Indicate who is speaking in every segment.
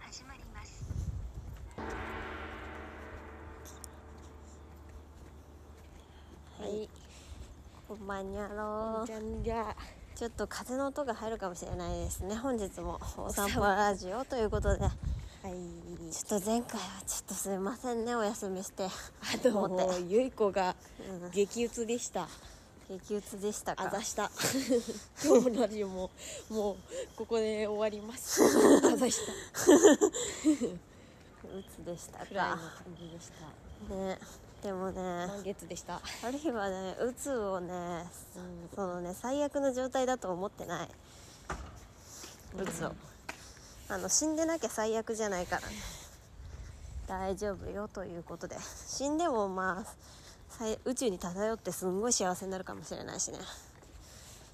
Speaker 1: 始まります
Speaker 2: はい。こんばんにゃろ
Speaker 3: じゃんじゃ
Speaker 2: ちょっと風の音が入るかもしれないですね。本日もお散歩ラジオということで、
Speaker 3: はい
Speaker 2: ちょっと前回はちょっとすいませんね、お休みして。
Speaker 3: あとも
Speaker 2: 思っ
Speaker 3: うゆい子が
Speaker 2: うん
Speaker 3: 激鬱でした
Speaker 2: 激鬱でした
Speaker 3: あ
Speaker 2: か
Speaker 3: ざした 今日のラジオももうここで終わりますあざした
Speaker 2: 鬱でした
Speaker 3: くらいの
Speaker 2: か。
Speaker 3: 感じでした
Speaker 2: ね。でもね、
Speaker 3: 満月でした
Speaker 2: ある日はね、鬱をね、
Speaker 3: うん
Speaker 2: そのね、最悪の状態だと思ってない。鬱を。あの、死んでなきゃ最悪じゃないからね。大丈夫よということで。死んでもまあ、最宇宙に漂ってすんごい幸せになるかもしれないしね。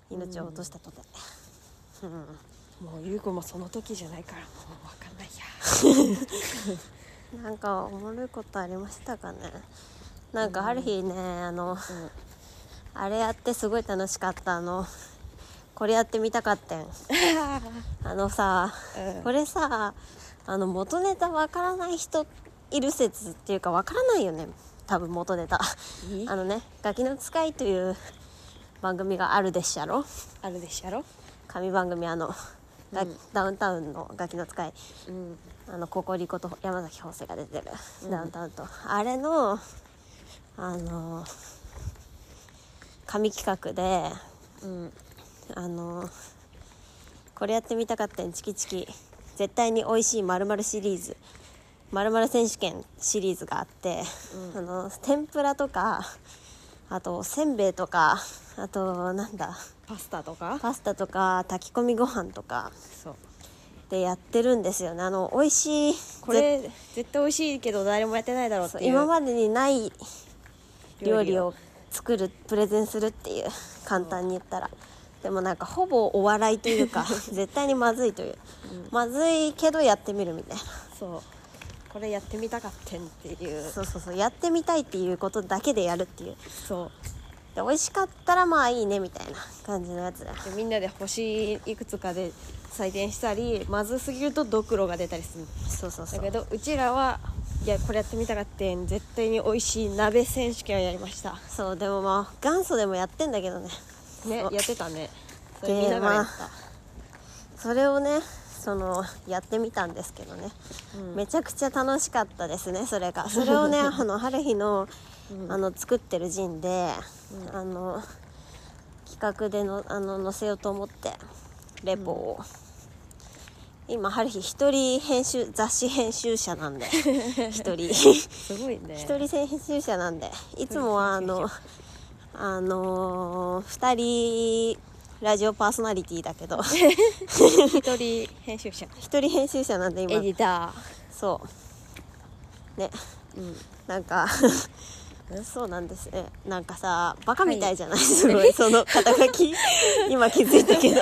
Speaker 2: 命を落としたとて。うん。
Speaker 3: もうゆい子もその時じゃないからもう分かんないや
Speaker 2: なんか、おもろいことありましたかね。なんかある日ね、あの、あれやってすごい楽しかった。あの、これやってみたかった ん。あのさ、
Speaker 3: うん
Speaker 2: これさあの元ネタわからない人いる説っていうかわからないよね多分元ネタ
Speaker 3: い
Speaker 2: あのね「ガキの使い」という番組があるでっしゃろ
Speaker 3: あるでしょやろ
Speaker 2: 神番組あの、ガダウンタウンの「ガキの使い
Speaker 3: うん」
Speaker 2: あのココリコと山崎芳生が出てる、ダウンタウンとあれのあの神企画で
Speaker 3: うん
Speaker 2: あのこれやってみたかったんチキチキ絶対に美味しいまるまるシリーズまるまる選手権シリーズがあって、あの天ぷらとかあとせんべいとかあとなんだ
Speaker 3: パスタとか
Speaker 2: パスタとか炊き込みご飯とか
Speaker 3: そう
Speaker 2: でやってるんですよねあの美味しい
Speaker 3: これ絶対美味しいけど誰もやってないだろうっ
Speaker 2: そう
Speaker 3: ていう
Speaker 2: 今までにない料理を
Speaker 3: を
Speaker 2: 作るプレゼンするっていう簡単に言ったらでもなんかほぼお笑いという か絶対にまずいという、まずいけどやってみるみたいな
Speaker 3: そうこれやってみたかってんっていう
Speaker 2: そうそうそうやってみたいっていうことだけでやるっていう
Speaker 3: そう
Speaker 2: で美味しかったらまあいいねみたいな感じのやつだ
Speaker 3: でみんなで星いくつかで採点したりまずすぎるとドクロが出たりするの
Speaker 2: そうそうそ
Speaker 3: だ
Speaker 2: う
Speaker 3: けどうちらはいやこれやってみたかってん絶対に美味しい鍋選手権をやりました
Speaker 2: そうでもまあ元祖でもやってんだけどね
Speaker 3: ね
Speaker 2: そう
Speaker 3: やってたねそ
Speaker 2: で
Speaker 3: れ見ながらやった、
Speaker 2: まそれをねそのやってみたんですけどね、めちゃくちゃ楽しかったですねそれがそれをねあの春日の,、あの作ってる陣で、あの企画でのあの載せようと思ってレポを、今春日一人編集雑誌編集者なんで一人
Speaker 3: すごいね
Speaker 2: 一人編集者なんでいつもはあのあのー、2人ラジオパーソナリティだけど
Speaker 3: 一人編集者
Speaker 2: 一人編集者なんで
Speaker 3: エデ
Speaker 2: 今
Speaker 3: ィタ
Speaker 2: そうね
Speaker 3: ーうん
Speaker 2: なんか そうなんですねなんかさバカみたいじゃない、す ごいその肩書き今気づいたけど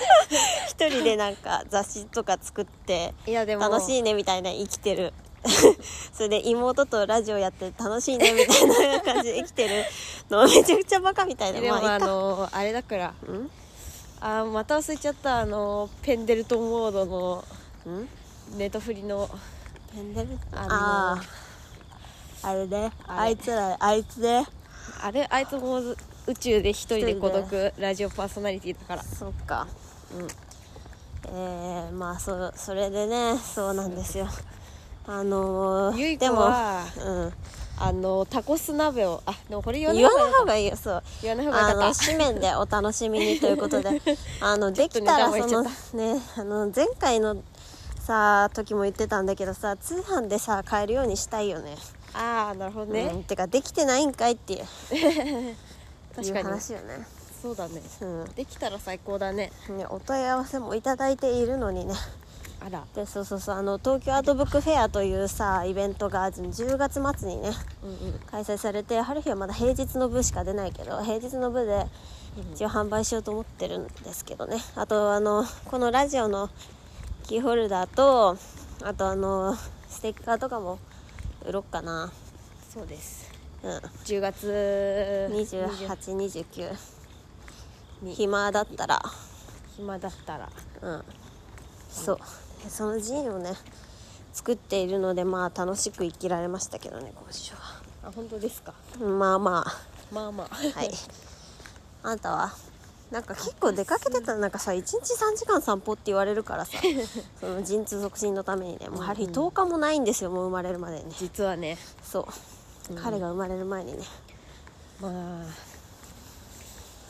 Speaker 2: 一人でなんか雑誌とか作って
Speaker 3: いやでも
Speaker 2: 楽しいねみたいな生きてる それで妹とラジオやって楽しいねみたいな感じで生きてるのめちゃくちゃバカみたいな
Speaker 3: でも
Speaker 2: まあい
Speaker 3: あ
Speaker 2: いか
Speaker 3: のあれだから
Speaker 2: うん
Speaker 3: あーまた忘れちゃったあのペンデルトンモードの
Speaker 2: うん
Speaker 3: ネットフリの
Speaker 2: ペンデル
Speaker 3: あの
Speaker 2: あああれね
Speaker 3: あれ
Speaker 2: あいつらあいつね
Speaker 3: あれあいつも宇宙で一人で孤
Speaker 2: 一人
Speaker 3: 独ラジオパーソナリティだから
Speaker 2: そっかうんえー、まあそそれでねそうなんですよあのー、
Speaker 3: ゆい子は
Speaker 2: でもうん
Speaker 3: あのタコス鍋をあでもこれ言わない
Speaker 2: 言わない方
Speaker 3: 方が
Speaker 2: がいいよそう
Speaker 3: 言わない方が
Speaker 2: あ
Speaker 3: よか
Speaker 2: の
Speaker 3: った
Speaker 2: 紙面でお楽しみにということ であのできたら
Speaker 3: ちょ
Speaker 2: そ
Speaker 3: っと
Speaker 2: の
Speaker 3: ネタバレ
Speaker 2: ねあの前回のさ時も言ってたんだけどさ通販でさ買えるようにしたいよね
Speaker 3: ああーなるほど
Speaker 2: う
Speaker 3: ね
Speaker 2: ん、てかできてないんかいっていう
Speaker 3: 確か
Speaker 2: いう
Speaker 3: に
Speaker 2: 話よね
Speaker 3: そうだね
Speaker 2: う
Speaker 3: できたら最高だね
Speaker 2: んねお問い合わせもいただいているのにね
Speaker 3: あら
Speaker 2: でそうそうそうあの東京アートブックフェアというさイベントが10月末にね
Speaker 3: うんうん
Speaker 2: 開催されて春日はまだ平日の部しか出ないけど平日の部で一応販売しようと思ってるんですけどねあとあのこのラジオのキーホルダーとあとあのステッカーとかも売ろっかな
Speaker 3: そうです
Speaker 2: うん
Speaker 3: 10月
Speaker 2: 2829暇だったら
Speaker 3: 暇だったら
Speaker 2: うんそうそのジンをね作っているのでまあ楽しく生きられましたけどね今週は
Speaker 3: あ本当ですか
Speaker 2: まあまあ
Speaker 3: まあまあ
Speaker 2: はい あんたはなんか結構出かけてたらなんかさ1日3時間散歩って言われる からさその陣痛促進のためにねもう針10日もないんですよもう生まれるまでにね
Speaker 3: 実はね
Speaker 2: そう、
Speaker 3: うん
Speaker 2: 彼が生まれる前にね
Speaker 3: まあ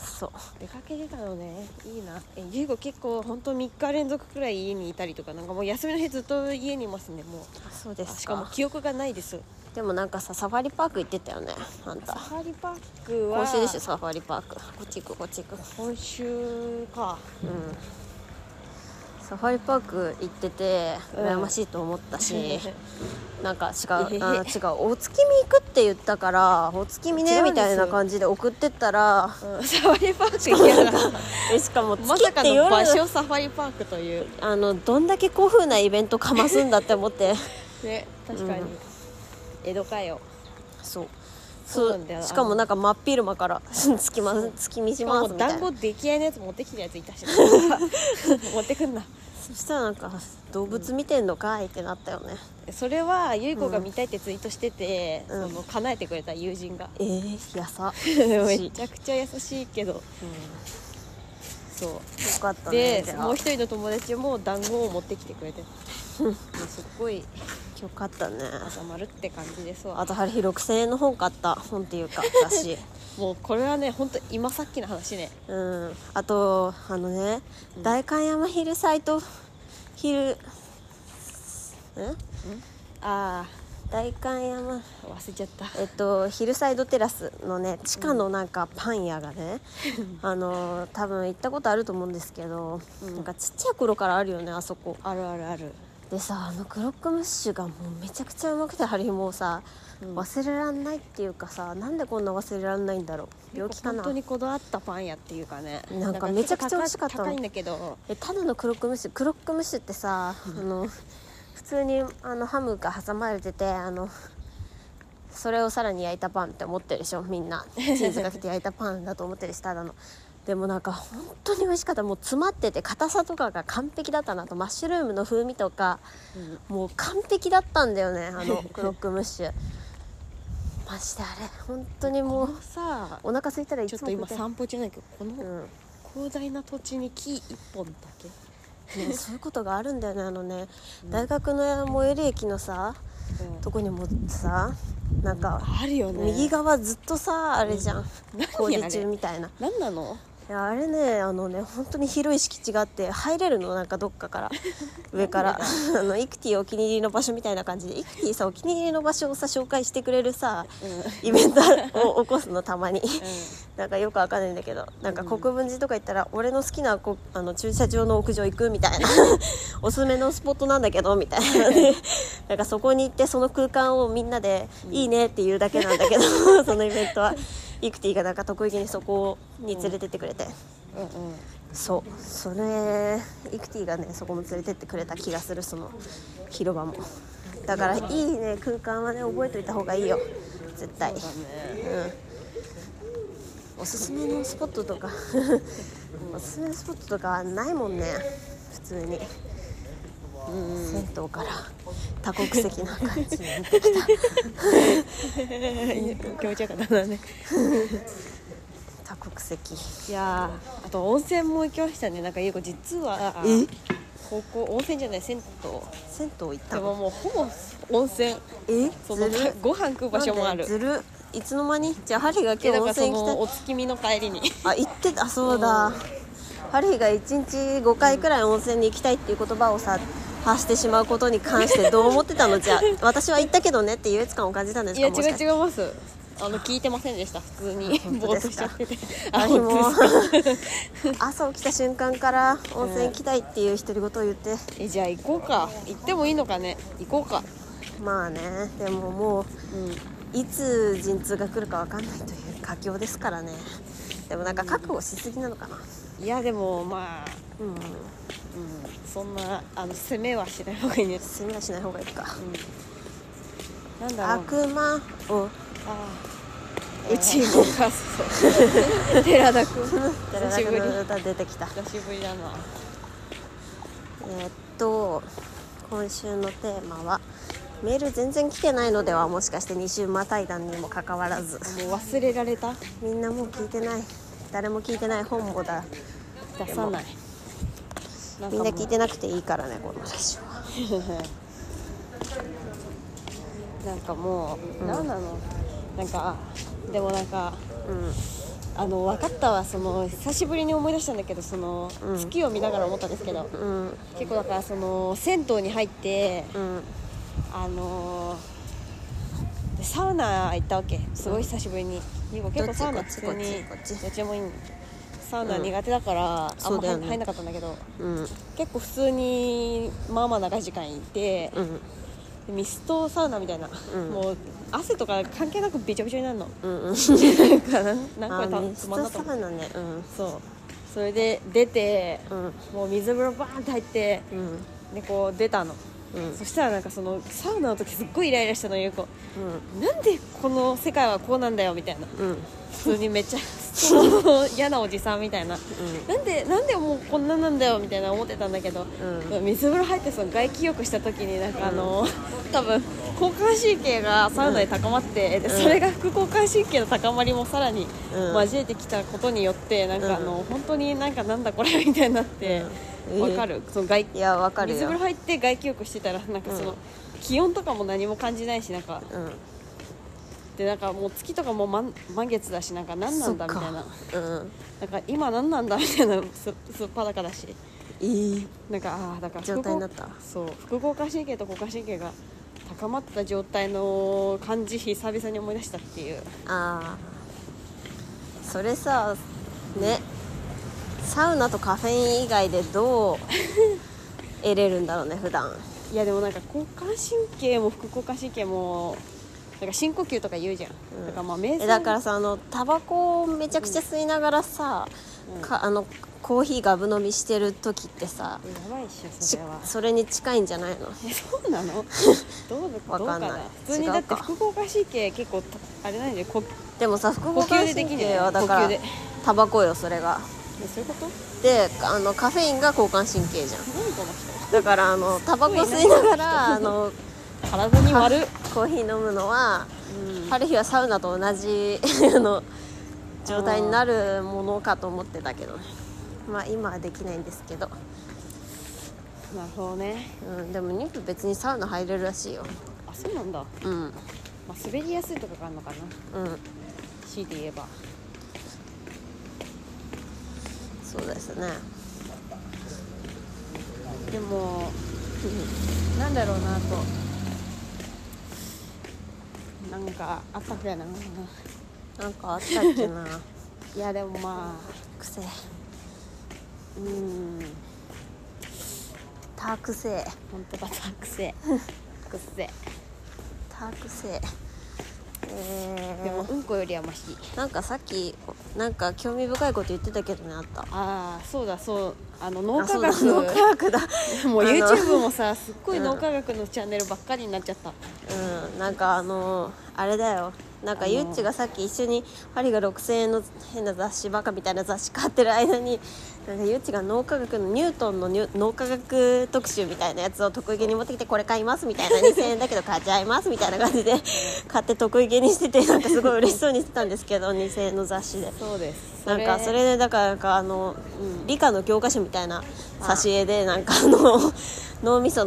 Speaker 2: そう
Speaker 3: 出かけてたのねいいなえゆいご結構本当3日連続くらい家にいたりとかなんかもう休みの日ずっと家にいますねもう
Speaker 2: そうで
Speaker 3: あ
Speaker 2: す
Speaker 3: しかも
Speaker 2: か
Speaker 3: 記憶がないです
Speaker 2: でもなんかさサファリパーク行ってたよねあん
Speaker 3: サ
Speaker 2: た
Speaker 3: ファリパックは
Speaker 2: 今週でしょサファリパークこっち行くこっち行く
Speaker 3: 今週か
Speaker 2: うんサファリパーク行ってて
Speaker 3: うん
Speaker 2: 羨ましいと思ったし、 なんか違う
Speaker 3: えへへ
Speaker 2: あ違うお月見行くって言ったからお月見
Speaker 3: 違
Speaker 2: ね
Speaker 3: うんです
Speaker 2: みたいな感じで送ってったら
Speaker 3: うんサファリパーク行けなかっ
Speaker 2: えしかも
Speaker 3: たま
Speaker 2: 月
Speaker 3: さ
Speaker 2: っ
Speaker 3: か
Speaker 2: て
Speaker 3: の
Speaker 2: 夜
Speaker 3: 場所サファリパークという
Speaker 2: あのどんだけ古風なイベントかますんだって思って
Speaker 3: ね確かに、
Speaker 2: うん
Speaker 3: 江戸かよ
Speaker 2: そう
Speaker 3: そ
Speaker 2: そう
Speaker 3: な
Speaker 2: うん
Speaker 3: だよ
Speaker 2: しかもなんか真っ昼間から 「月,、ま、月見し
Speaker 3: し
Speaker 2: ます」
Speaker 3: かも
Speaker 2: みたい
Speaker 3: 団
Speaker 2: な
Speaker 3: 子出来合いのやつ持ってきてるやつい たし持ってくんな
Speaker 2: そしたらなんか「動物見てんのかい?」ってなったよね
Speaker 3: それはゆい子が見たいってツイートしてて、
Speaker 2: うん
Speaker 3: その叶えてくれた友人が
Speaker 2: えー、や さ
Speaker 3: めちゃくちゃ優しいけど
Speaker 2: うん
Speaker 3: そ
Speaker 2: よかった
Speaker 3: う
Speaker 2: ね
Speaker 3: で
Speaker 2: じゃあ
Speaker 3: もう一人の友達も団子を持ってきてくれても うすっごい
Speaker 2: よかったね
Speaker 3: 挟まるって感じですわ
Speaker 2: あとハリヒ6000円の本買った本っていうか私
Speaker 3: もうこれはね本当今さっきの話ね
Speaker 2: うんあとあのね代官、山ヒルサイトヒルん
Speaker 3: あ
Speaker 2: 代官山
Speaker 3: あ忘れちゃった
Speaker 2: えっとヒルサイドテラスのね地下のなんかパン屋がね、あの多分行ったことあると思うんですけど、
Speaker 3: うん
Speaker 2: なんかちっちゃい頃からあるよねあそこ
Speaker 3: あるあるある
Speaker 2: でさあのクロックムッシュがもうめちゃくちゃうまくてハリヒもうさ、
Speaker 3: うん
Speaker 2: 忘れらんないっていうかさなんでこんな忘れらんないんだろう病気かな
Speaker 3: 本当にこだわったパン屋っていうかね
Speaker 2: なんかめちゃくちゃ美味しかったの
Speaker 3: 高いんだけど
Speaker 2: えただのクロックムッシュクロックムッシュってさあの普通にあのハムが挟まれててあのそれをさらに焼いたパンって思ってるでしょみんなチーズかけて焼いたパンだと思ってるしただのでもなんか本当に美味しかったもう詰まってて硬さとかが完璧だったなとマッシュルームの風味とか
Speaker 3: うん
Speaker 2: もう完璧だったんだよねあ のクロックムッシュマジであれ本当にも
Speaker 3: こ
Speaker 2: う
Speaker 3: のさ
Speaker 2: お腹空いたらい
Speaker 3: ちょっ
Speaker 2: つも食
Speaker 3: と
Speaker 2: い
Speaker 3: 今
Speaker 2: たい
Speaker 3: 散歩じゃないけどこの
Speaker 2: うん
Speaker 3: 広大な土地に木一本だけ
Speaker 2: ね、そういうことがあるんだよねあのね、大学の最寄り駅のさとこにもさなんか、
Speaker 3: あるよね
Speaker 2: 右側ずっとさあれじゃん、
Speaker 3: 何
Speaker 2: 工事
Speaker 3: あれ
Speaker 2: 中みたいない
Speaker 3: 何なの
Speaker 2: やあれねあのね本当に広い敷地があって入れるのなんかどっか から上から あのイクティお気に入りの場所みたいな感じでイクティさお気に入りの場所をさ紹介してくれるさ
Speaker 3: うん、うん、
Speaker 2: イベントを起こすのたまに。なんかよくわかんないんだけどなんか国分寺とか行ったら、俺の好きなこあの駐車場の屋上行くみ たいなおすすめのスポットなんだけどみたいな ねなんかそこに行ってその空間をみんなで「いいね」って言うだけなんだけ ど、そのイベントはイクティがなんか得意げにそこに連れてってくれて、
Speaker 3: うんうん
Speaker 2: そうそれイクティがねそこも連れてってくれた気がするその広場もだから「いいね空間はね覚えといた方がいいよ絶対」
Speaker 3: そうだね
Speaker 2: おすすめのスポットとか おすすめのスポットとかはないもんね普通に銭湯から多国籍な感じになってきた
Speaker 3: 気持ちよかったね
Speaker 2: 多国籍
Speaker 3: いやーあと温泉も行きましたねなんかゆうこ実は
Speaker 2: え
Speaker 3: 高校温泉じゃない銭湯
Speaker 2: 銭湯行った
Speaker 3: でも
Speaker 2: の
Speaker 3: もうほぼ温泉
Speaker 2: え
Speaker 3: その
Speaker 2: ずる
Speaker 3: ご飯食う場所もあ
Speaker 2: なんで
Speaker 3: る
Speaker 2: ずるいつの間にじゃあハリーが今日
Speaker 3: えだか
Speaker 2: 温
Speaker 3: らそ
Speaker 2: 泉
Speaker 3: の
Speaker 2: 行
Speaker 3: お
Speaker 2: き
Speaker 3: 月見の帰りに
Speaker 2: たいあ行ってたあそうだハリーが1日5回くらい温泉に行きたいっていう言葉をさ発してしまうことに関してどう思ってたのじゃあ私は行ったけどねっていう優越感を感じたんです
Speaker 3: い
Speaker 2: か
Speaker 3: や違
Speaker 2: もしかして
Speaker 3: う違いますあの聞いてませんでした普通に
Speaker 2: 本当
Speaker 3: ぼ
Speaker 2: で
Speaker 3: ーっと
Speaker 2: す
Speaker 3: しち
Speaker 2: か
Speaker 3: ゃってて
Speaker 2: あ
Speaker 3: あ
Speaker 2: れ
Speaker 3: 本
Speaker 2: も
Speaker 3: 当ですか
Speaker 2: 朝起きた瞬間から温泉行きたいっていう独り言を言って
Speaker 3: えじゃあ行こうか行ってもいいのかね行こうか
Speaker 2: まあねでもも
Speaker 3: うん
Speaker 2: ういつ陣痛が来るかわかんないという佳境ですからねでもなんか覚悟しすぎなのかな、
Speaker 3: いやでもまあ、
Speaker 2: うん、
Speaker 3: うん、そんなあの攻めはしない方がいいです、
Speaker 2: 攻めはしない方がいいか
Speaker 3: うん、なんだろう
Speaker 2: 悪魔を
Speaker 3: ああうち動かすぞ 寺 田君久しぶり
Speaker 2: 歌出てきた
Speaker 3: 久しぶりだな
Speaker 2: えーっと今週のテーマはメール全然来てないのではもしかして2週またいだにもかかわらず
Speaker 3: もう忘れられた
Speaker 2: みんなもう聞いてない誰も聞いてない本もだ
Speaker 3: 出さない
Speaker 2: みんな聞い
Speaker 3: て
Speaker 2: てなくていいからねこのラジオは
Speaker 3: なんかもう、
Speaker 2: うん
Speaker 3: なんなのなんかでもなんか
Speaker 2: うん
Speaker 3: あの分かったわその久しぶりに思い出したんだけどその、
Speaker 2: うん
Speaker 3: 月を見ながら思ったんですけど
Speaker 2: うん
Speaker 3: 結構だからその銭湯に入って
Speaker 2: うん
Speaker 3: あのーでサウナ行ったわけすごい久しぶりに、結構結構サウナ
Speaker 2: こっ
Speaker 3: 普
Speaker 2: ち
Speaker 3: 通に
Speaker 2: こっちこっち
Speaker 3: どっちでもいいんサウナ苦手だから、あ
Speaker 2: そ
Speaker 3: ん
Speaker 2: う
Speaker 3: ま
Speaker 2: だよ
Speaker 3: 入,、
Speaker 2: ね
Speaker 3: 入んなかったんだけど
Speaker 2: うん
Speaker 3: 結構普通にまあまあ長い時間いて、
Speaker 2: うん
Speaker 3: でミストサウナみたいな、
Speaker 2: うん
Speaker 3: もう汗とか関係なくびちょびちょになるの
Speaker 2: うんうん
Speaker 3: なんかなん
Speaker 2: あ
Speaker 3: かこれ
Speaker 2: ミ
Speaker 3: た
Speaker 2: ス
Speaker 3: つ
Speaker 2: ト
Speaker 3: まんなか
Speaker 2: サ
Speaker 3: った
Speaker 2: ウナねうん
Speaker 3: そうそれで出て、
Speaker 2: うん
Speaker 3: もう水風呂バーンって入って
Speaker 2: うん
Speaker 3: でこう出たの、
Speaker 2: うん
Speaker 3: そしたらなんかそのサウナの時すっごいイライラしたのゆうこ
Speaker 2: うん
Speaker 3: なんでこの世界はこうなんだよみたいな
Speaker 2: うん
Speaker 3: 普通にめっちゃその嫌なおじさんみたいななんでなんでもうこんななんだよみたいな思ってたんだけど、
Speaker 2: う
Speaker 3: 水風呂入ってその外気浴した時になんかあの、多分交感神経がサウナで高まって、でそれが副交感神経の高まりもさらに
Speaker 2: うん
Speaker 3: 交えてきたことによってなんかあの、
Speaker 2: う
Speaker 3: 本当になんかなんだこれみたいになって
Speaker 2: うん
Speaker 3: わ、かるその外
Speaker 2: いやわかるよ
Speaker 3: 水風呂入って外気浴してたらなんかその、
Speaker 2: うん
Speaker 3: 気温とかも何も感じないしなんか
Speaker 2: うん
Speaker 3: でなんかもう月とかも満満月だしなんか何なんだみたいな
Speaker 2: そっかうん
Speaker 3: なんか今何なんだみたいな すすっぱだかだし
Speaker 2: いい
Speaker 3: なんかああだから
Speaker 2: 状態になった
Speaker 3: そう副交感神経と交感神経が高まった状態の感じ久々に思い出したっていう
Speaker 2: あーそれさねサウナとカフェイン以外でどう得れるんだろうね普段
Speaker 3: いやでもなんか交感神経も副交感神経もなんか深呼吸とか言うじゃん、
Speaker 2: うん
Speaker 3: だからまあ瞑
Speaker 2: え
Speaker 3: 想
Speaker 2: だからさあのタバコをめちゃくちゃ吸いながらさ、
Speaker 3: うん
Speaker 2: かあのコーヒーガブ飲みしてる時ってさ、
Speaker 3: やばいっしょ
Speaker 2: し
Speaker 3: それは
Speaker 2: それに近いんじゃないの
Speaker 3: えそ うなのどうだ
Speaker 2: わ
Speaker 3: どう
Speaker 2: か
Speaker 3: か
Speaker 2: んない
Speaker 3: な普通にだって
Speaker 2: 違うか
Speaker 3: 副交感神経結構たあれなんでこ
Speaker 2: でもさ副交感神経は
Speaker 3: 呼吸でできるよね
Speaker 2: だか
Speaker 3: 呼
Speaker 2: ら
Speaker 3: 吸で
Speaker 2: タバコよそれが
Speaker 3: えそういうこと
Speaker 2: であのカフェインが交感神経じゃん
Speaker 3: 何この人
Speaker 2: だからあのタバコ
Speaker 3: すご
Speaker 2: 吸
Speaker 3: い
Speaker 2: い
Speaker 3: ね
Speaker 2: ながらあ の
Speaker 3: 体に悪っ
Speaker 2: コーヒー飲むのは
Speaker 3: うん
Speaker 2: 春日はサウナと同じ あの状態になるものかと思ってたけどねまあ今はできないんですけど、
Speaker 3: なるほどね
Speaker 2: うん、でも妊婦別にサウナ入れるらしいよ
Speaker 3: あそうなんだ、ま
Speaker 2: うんうん
Speaker 3: あ、滑りやすいとかがあるのかな強いて言えば
Speaker 2: そうですね
Speaker 3: でもなんだろうなとなんかあったくやな
Speaker 2: なんかあったっけな
Speaker 3: いやでもまあ
Speaker 2: くせ
Speaker 3: うん
Speaker 2: たくせえ
Speaker 3: 本当バタくせえくせ
Speaker 2: たくせええ
Speaker 3: え
Speaker 2: ー
Speaker 3: でもうんこよりはマシ
Speaker 2: なんかさっきなんか興味深いこと言ってたけどねあった
Speaker 3: ああそうだそうあの脳
Speaker 2: あ
Speaker 3: 科
Speaker 2: そうだ
Speaker 3: 学
Speaker 2: 脳科学だ
Speaker 3: もう
Speaker 2: あの
Speaker 3: YouTube もさすっごい
Speaker 2: うん
Speaker 3: 脳科学のチャンネルばっかりになっちゃった、
Speaker 2: うん、なんかあのあれだよなんか
Speaker 3: あの
Speaker 2: ゆっちがさっき一緒に針が6000円の変な雑誌バカみたいな雑誌買ってる間になんかゆっちが脳科学のニュートンのニュ脳科学特集みたいなやつを得意げに持ってきてこれ買いますみたいな2000円だけど買っちゃいますみたいな感じで買って得意げにしててなんかすごい嬉しそうにしてたんですけど2000円の雑誌で
Speaker 3: そうです
Speaker 2: なんかそれでだからなんかあの、
Speaker 3: うん
Speaker 2: 理科の教科書みたいな挿絵でなんかあの脳みそ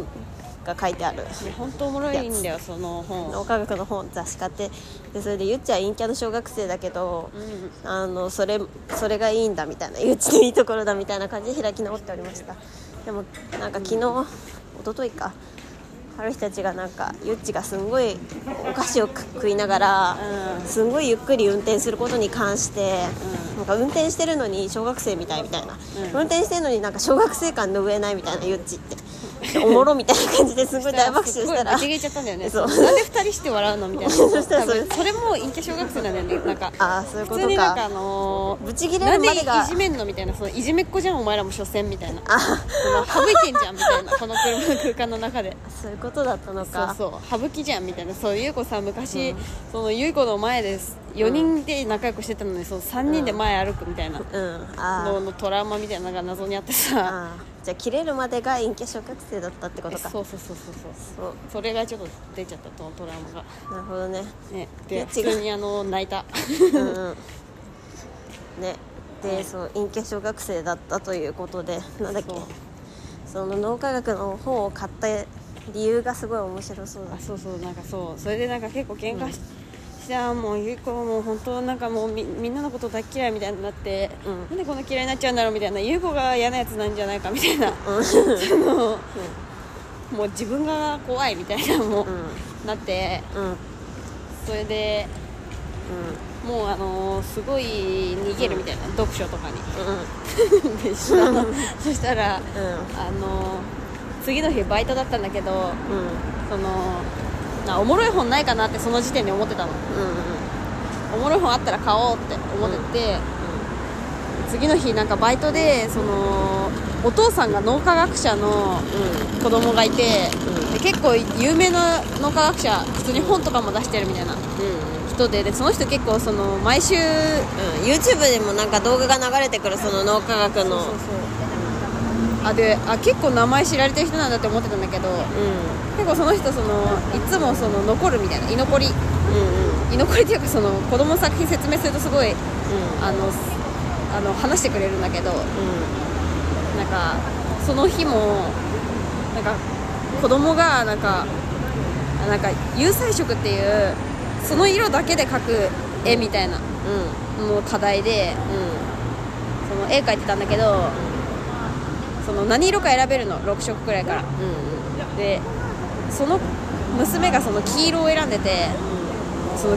Speaker 2: が書いてある
Speaker 3: ね本当おもろいんだよその本
Speaker 2: 脳科学の本雑誌買ってでそれでゆっちは陰キャの小学生だけど、
Speaker 3: うん
Speaker 2: あのそれそれがいいんだみたいなゆっちのいいところだみたいな感じで開き直っておりましたでもなんか昨日、一昨日か春日たちがなんかゆっちがすんごいお菓子を食食いながら、
Speaker 3: うん
Speaker 2: すんごいゆっくり運転することに関して、なんか運転してるのに小学生みたいみたいな、
Speaker 3: うん
Speaker 2: 運転してるのになんか小学生感拭えないみたいなゆっちって。おもろみたいな感じですごい大爆笑したら
Speaker 3: すっごいぶち切れちゃったんだよね
Speaker 2: そう
Speaker 3: なんで二人して笑うのみたい な
Speaker 2: そうそう
Speaker 3: 多分それも陰キャ小学生なんだよねなんか
Speaker 2: あーそういうことか
Speaker 3: 普通になんかあのー
Speaker 2: ぶち切れるまでが
Speaker 3: なんでいじめんのみたいなそのいじめっ子じゃんお前らも所詮みたいな
Speaker 2: あ
Speaker 3: その省いてんじゃんみたいなこの車の空間の中で
Speaker 2: そういうことだったの
Speaker 3: そ
Speaker 2: か
Speaker 3: うそう省きじゃんみたいなそう優子さん昔、その優子の前です4人で仲良くしてたのにその3人で前歩くみたいな
Speaker 2: うんあ
Speaker 3: の
Speaker 2: ー
Speaker 3: のトラウマみたいなのが謎にあってさ
Speaker 2: あーじゃあ切れるまでが陰キャ小学生だったってこ
Speaker 3: え
Speaker 2: とか
Speaker 3: そうそうそうそうそう
Speaker 2: そう
Speaker 3: それがちょっと出ちゃったとトラウマ
Speaker 2: なる
Speaker 3: が
Speaker 2: ほどね
Speaker 3: ねで
Speaker 2: ね
Speaker 3: 普通にあの泣いた
Speaker 2: うんうんねで、
Speaker 3: ね
Speaker 2: そう陰キャ小学生だったということでなんだっけ
Speaker 3: そう
Speaker 2: その脳科学の本を買った理由がすごい面白そうだ
Speaker 3: あそうそうなんかそうそれでなんか結構喧嘩し,、してあーもうゆい子もう本当なんかもうみみんなのこと大嫌いみたいになって、
Speaker 2: うん
Speaker 3: なんでこんな嫌いになっちゃうんだろうみたいなゆい子が嫌なやつなんじゃないかみたいな、 そのもう自分が怖いみたいなもう、
Speaker 2: う
Speaker 3: なって
Speaker 2: んうんうん
Speaker 3: それでもうあのーすごい逃げるみたいな、読書と かにでしたそしたらあのー次の日バイトだったんだけど
Speaker 2: うんうん
Speaker 3: そのなおもろい本ないかなってその時点で思ってたの
Speaker 2: う
Speaker 3: おもろい本あったら買おうって思ってて、次の日なんかバイトでそのお父さんが脳科学者の子供がいて、
Speaker 2: う
Speaker 3: で結構有名な脳科学者普通に本とかも出してるみたいなん
Speaker 2: うん
Speaker 3: 人ででその人結構その毎週
Speaker 2: うん、YouTube でもなんか動画が流れてくるその脳科学の
Speaker 3: そうあであ結構名前知られてる人なんだって思ってたんだけど
Speaker 2: うん
Speaker 3: 結構その人そのいつもその残るみたいな居残り
Speaker 2: うん
Speaker 3: 居残りっていうかその子供の作品説明するとすごい
Speaker 2: うん
Speaker 3: あのあの話してくれるんだけど
Speaker 2: う
Speaker 3: なんかその日もなんか子供がなんかあなんか有彩色っていうその色だけで描く絵みたいなん
Speaker 2: うんうん
Speaker 3: のを課題でその絵描いてたんだけどその何色か選べるの6色くらいから
Speaker 2: うん
Speaker 3: でその娘がその黄色を選んでてその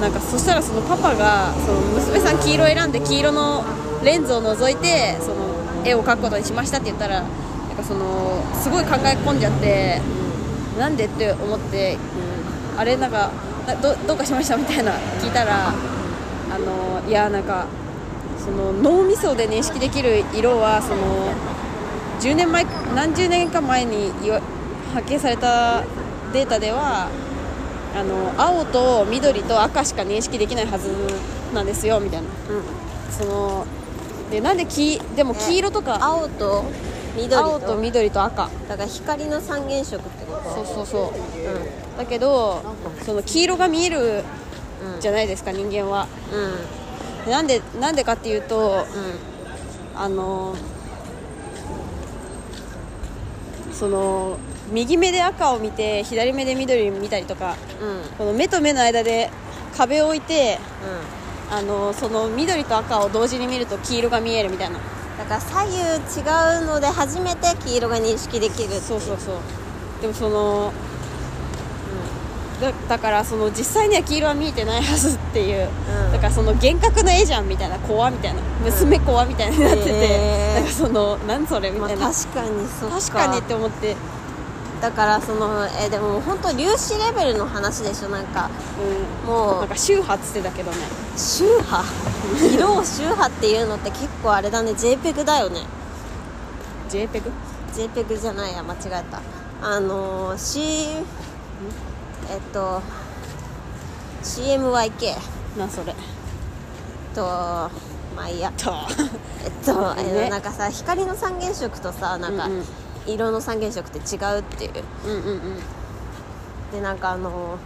Speaker 3: なんかそしたらそのパパがその娘さん黄色選んで黄色のレンズを覗いてその絵を描くことにしましたって言ったらなんかそのすごい考え込んじゃってなんでって思ってあれなんかなどどうかしましたみたいな聞いたらあのいやなんかその脳みそで認識できる色はその10年前何十年か前に言わ発見されたデータではあの青と緑と赤しか認識できないはずなんですよみたいな
Speaker 2: うん
Speaker 3: そのでなんで黄でも黄色とか
Speaker 2: 青と緑と
Speaker 3: 青と緑と赤
Speaker 2: だから光の三原色ってこと
Speaker 3: そうそうそう
Speaker 2: うんうん
Speaker 3: だけどその黄色が見えるじゃないですか人間は
Speaker 2: うん
Speaker 3: でなんでなんでかっていうと
Speaker 2: うん
Speaker 3: あのその右目で赤を見て左目で緑見たりとか
Speaker 2: うんうん
Speaker 3: この目と目の間で壁を置いてあのその緑と赤を同時に見ると黄色が見えるみたいな
Speaker 2: だから左右違うので初めて黄色が認識できる
Speaker 3: そうそうそうでもその、だだからその実際には黄色は見えてないはずっていう、
Speaker 2: うん
Speaker 3: だからその幻覚の絵じゃんみたいな怖みたいな娘怖みたいになってて、
Speaker 2: へー
Speaker 3: なんかその何それみ
Speaker 2: まあ、
Speaker 3: たいな、
Speaker 2: 確かにそうか
Speaker 3: 確かにって思って、
Speaker 2: だからそのえでも本当粒子レベルの話でしょなんか
Speaker 3: う
Speaker 2: も
Speaker 3: ん、
Speaker 2: う
Speaker 3: なんか周波っつってたけどね
Speaker 2: 周波色を周波っていうのって結構あれだね JPEG だよね
Speaker 3: JPEG?
Speaker 2: JPEG じゃないや間違えたあのー、C んえっと CMYK
Speaker 3: なんそれ
Speaker 2: とまあいいや
Speaker 3: と
Speaker 2: えっと、え
Speaker 3: ね
Speaker 2: なんかさ光の三原色とさなんか、
Speaker 3: うんうん
Speaker 2: 色の三原色って違うっていう
Speaker 3: うんうんうん
Speaker 2: でなんかあの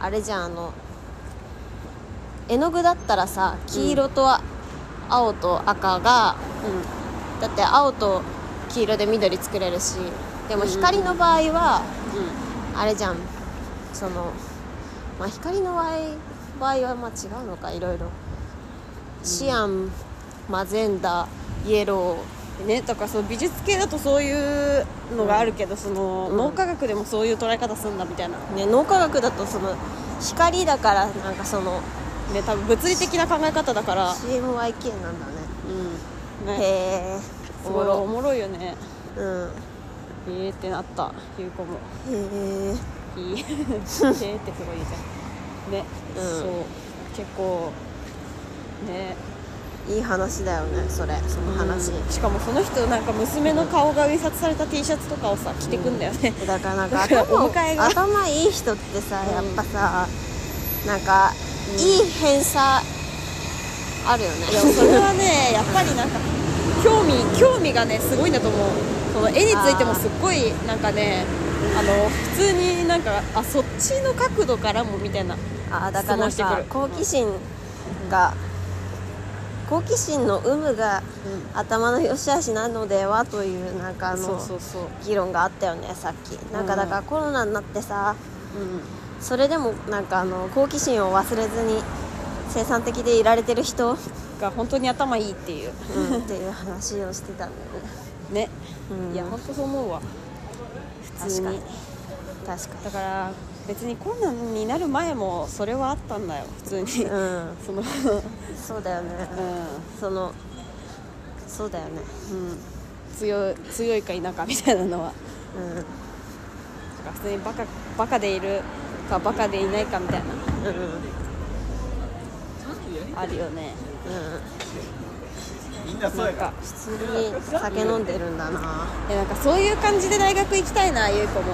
Speaker 2: あれじゃんあの絵の具だったらさ黄色とあ青と赤が、だって青と黄色で緑作れるしでも光の場合は、あれじゃんその、まあ、光の場合場合はまあ違うのかいろいろシアンマゼンダイエロ
Speaker 3: うんね、だからその美術系だとそういうのがあるけど、その
Speaker 2: うん
Speaker 3: 脳科学でもそういう捉え方すんだみたいな
Speaker 2: ー、ね、脳科学だとその光だからなんかその
Speaker 3: ね多分物理的な考え方だから、
Speaker 2: CMYK なんだね
Speaker 3: うんね、
Speaker 2: へえ
Speaker 3: すごいおもろいよね
Speaker 2: うんへ
Speaker 3: えーってなったゆう子 も
Speaker 2: え
Speaker 3: いいえーってすごいいいじゃんね、
Speaker 2: うん
Speaker 3: そう結構ね
Speaker 2: いい話だよねそれその話、
Speaker 3: うんしかもその人なんか娘の顔が印刷された T シャツとかをさ着てくんだよね、
Speaker 2: だ からなんか
Speaker 3: だから
Speaker 2: 頭
Speaker 3: お迎えが
Speaker 2: 頭いい人ってさやっぱさ、なんかいい偏差あるよね
Speaker 3: いやそれ はねやっぱりなんか興味興味がねすごいんだと思うその絵についてもすっごいなんかねあの普通になんかあそっちの角度からもみたいな
Speaker 2: あーだからなん
Speaker 3: 質問して
Speaker 2: か
Speaker 3: くる
Speaker 2: 好奇心が、好奇心の有無が頭の良し悪しなのではというなんかあ
Speaker 3: そ
Speaker 2: の
Speaker 3: うそうそう
Speaker 2: 議論があったよねさっきなん
Speaker 3: う
Speaker 2: か
Speaker 3: ん
Speaker 2: だからコロナになってさ
Speaker 3: うん
Speaker 2: それでもなんかあの好奇心を忘れずに生産的でいられてる人、
Speaker 3: が本当に頭いいっていう
Speaker 2: っていう話をしてたんだよね
Speaker 3: ね、
Speaker 2: うん
Speaker 3: いや本当そう思うわ普通
Speaker 2: 確か
Speaker 3: に
Speaker 2: に確か
Speaker 3: だから別にコロナになる前もそれはあったんだよ普通に、
Speaker 2: にうん
Speaker 3: その
Speaker 2: そうだよね
Speaker 3: う
Speaker 2: そのそうだよね
Speaker 3: ん、うん、強い強いか否かみたいなのは
Speaker 2: う
Speaker 3: だから普通にバカバカでいるかバカでいないかみたいなん
Speaker 2: うんうん
Speaker 3: あるよねなんか
Speaker 2: 普通に酒飲んでるんだな
Speaker 3: えなんかそういう感じで大学行きたいなゆい子も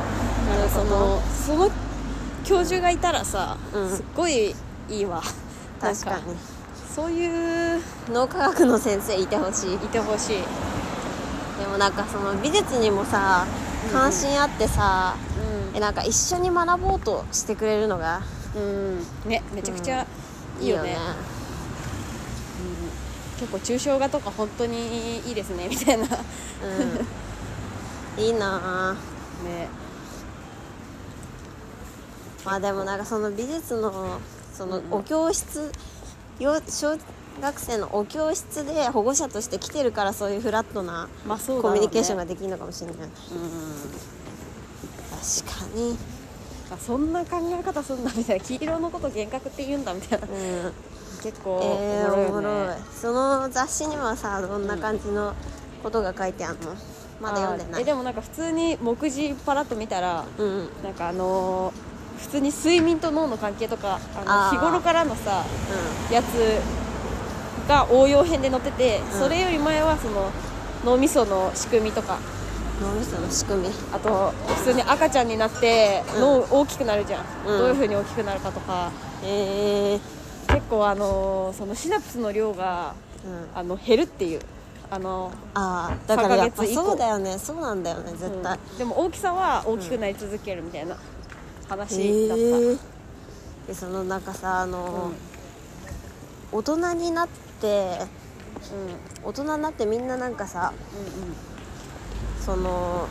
Speaker 3: なんかそのその教授がいたらさ、
Speaker 2: うん
Speaker 3: すっごいいいわなん
Speaker 2: 確かに
Speaker 3: そういう
Speaker 2: 脳科学の先生いてほしい
Speaker 3: いてほしい、
Speaker 2: でもなんかその美術にもさ関心あってさ、
Speaker 3: う
Speaker 2: えなんか一緒に学ぼうとしてくれるのが
Speaker 3: んうん、ねめちゃくちゃいいよね,、結構抽象画とか本当にいいですねみたいなね
Speaker 2: いいよねうん、いいなあまあでもなんかその美術のそのお教室、よ小学生のお教室で保護者として来てるからそういうフラットな
Speaker 3: まあそうだ
Speaker 2: コ
Speaker 3: ろう
Speaker 2: ミ
Speaker 3: ね
Speaker 2: ュニケーションができるのかもしれない、
Speaker 3: うん
Speaker 2: 確かに
Speaker 3: あそんな考え方すんだみたいな黄色のこと幻覚って言うんだみたいな
Speaker 2: うん
Speaker 3: 結構
Speaker 2: えー、
Speaker 3: おもろい,、ね
Speaker 2: おもろいその雑誌にはさどんな感じのことが書いてあるの、まだ読んでない
Speaker 3: あーえでもなんか普通に目次パラッと見たら
Speaker 2: うんうん
Speaker 3: なんかあのー普通に睡眠と脳の関係とか
Speaker 2: あ
Speaker 3: あ
Speaker 2: ー
Speaker 3: の日頃からのさやつが応用編で載ってて、
Speaker 2: うん
Speaker 3: それより前はその脳みその仕組みとか
Speaker 2: 脳みその仕組み
Speaker 3: あと普通に赤ちゃんになって
Speaker 2: うん
Speaker 3: 脳大きくなるじゃん、
Speaker 2: うん
Speaker 3: どういう風に大きくなるかとか
Speaker 2: えー、
Speaker 3: 結構あのーそのシナプスの量が
Speaker 2: うん
Speaker 3: あの減るっていうあの
Speaker 2: ああだからやっぱ
Speaker 3: 3ヶ月以降
Speaker 2: そうだよねそうなんだよね絶対、
Speaker 3: うんでも大きさは大きくなり続けるみたいな
Speaker 2: え
Speaker 3: 話だった、
Speaker 2: ーでそのなんかさあの
Speaker 3: うん、
Speaker 2: 大人になって
Speaker 3: うんうん
Speaker 2: 大人になってみんななんかさその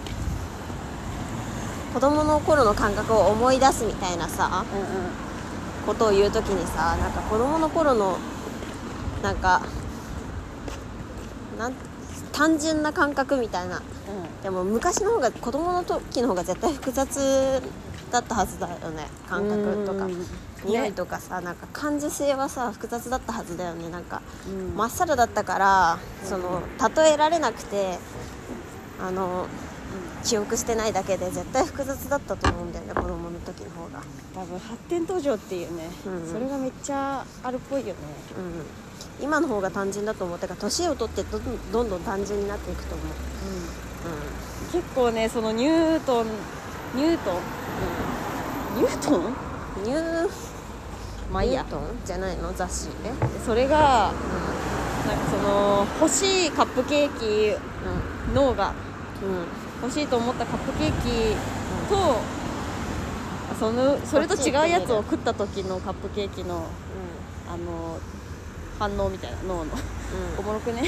Speaker 2: 子供の頃の感覚を思い出すみたいなさ
Speaker 3: うんうん
Speaker 2: ことを言う時にさなんか子供の頃のなんかなん単純な感覚みたいなでも昔の方が子供の時の方が絶対複雑だったはずだよね感覚とか
Speaker 3: うん
Speaker 2: 匂いとかさ、なんか感受性はさ複雑だったはずだよねなんか
Speaker 3: うん
Speaker 2: まっさらだったからその例えられなくてあの記憶してないだけで絶対複雑だったと思うんだよね子供の時の方が。
Speaker 3: 多分発展途上っていうね、
Speaker 2: うん
Speaker 3: それがめっちゃあるっぽいよね
Speaker 2: うん、今の方が単純だと思うだから年を取ってどんどんどんどん単純になっていくと思う、
Speaker 3: 結構ねそのニュートンニュートンニュートン
Speaker 2: うんニュー
Speaker 3: まあ
Speaker 2: ニ
Speaker 3: いい
Speaker 2: ュー
Speaker 3: や
Speaker 2: トンじゃないの雑誌え
Speaker 3: それがなんかその欲しいカップケーキ脳が
Speaker 2: うんうん
Speaker 3: 欲しいと思ったカップケーキと、そのそれと違うやつを食った時のカップケーキのあの反応みたいな脳のおもろくね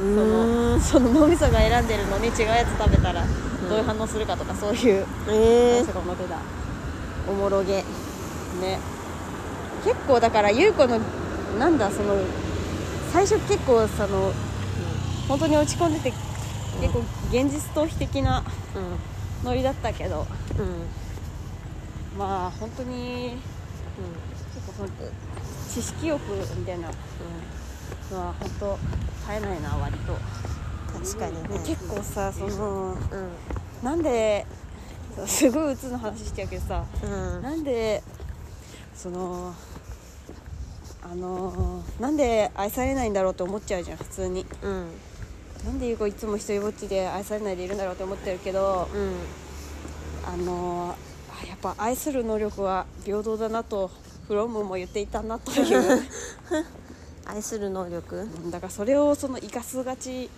Speaker 2: うん
Speaker 3: そ
Speaker 2: うんうーん
Speaker 3: のその脳みそが選んでるのに違うやつ食べたらどういう反応するかとかそういう
Speaker 2: え
Speaker 3: 話
Speaker 2: ー、
Speaker 3: が載ってた
Speaker 2: おもろげ
Speaker 3: ね結構だから優子のなんだその最初結構その本当に落ち込んでて結構現実逃避的な
Speaker 2: う
Speaker 3: ノリだったけど
Speaker 2: んうん
Speaker 3: まあ本当に結構その知識欲みたいなのは本当絶えないな割と、
Speaker 2: うん確かにね
Speaker 3: で結構さその
Speaker 2: うん
Speaker 3: なんでそうすごい鬱の話しちゃうけどさ
Speaker 2: うん
Speaker 3: なんでそのあのなんで愛されないんだろうって思っちゃうじゃん普通に
Speaker 2: うん
Speaker 3: なんでゆう子いつも一人ぼっちで愛されないでいるんだろうって思ってるけど
Speaker 2: うん
Speaker 3: あのやっぱ愛する能力は平等だなとフロムも言っていたなという
Speaker 2: 愛する能力
Speaker 3: だからそれをその生かすがち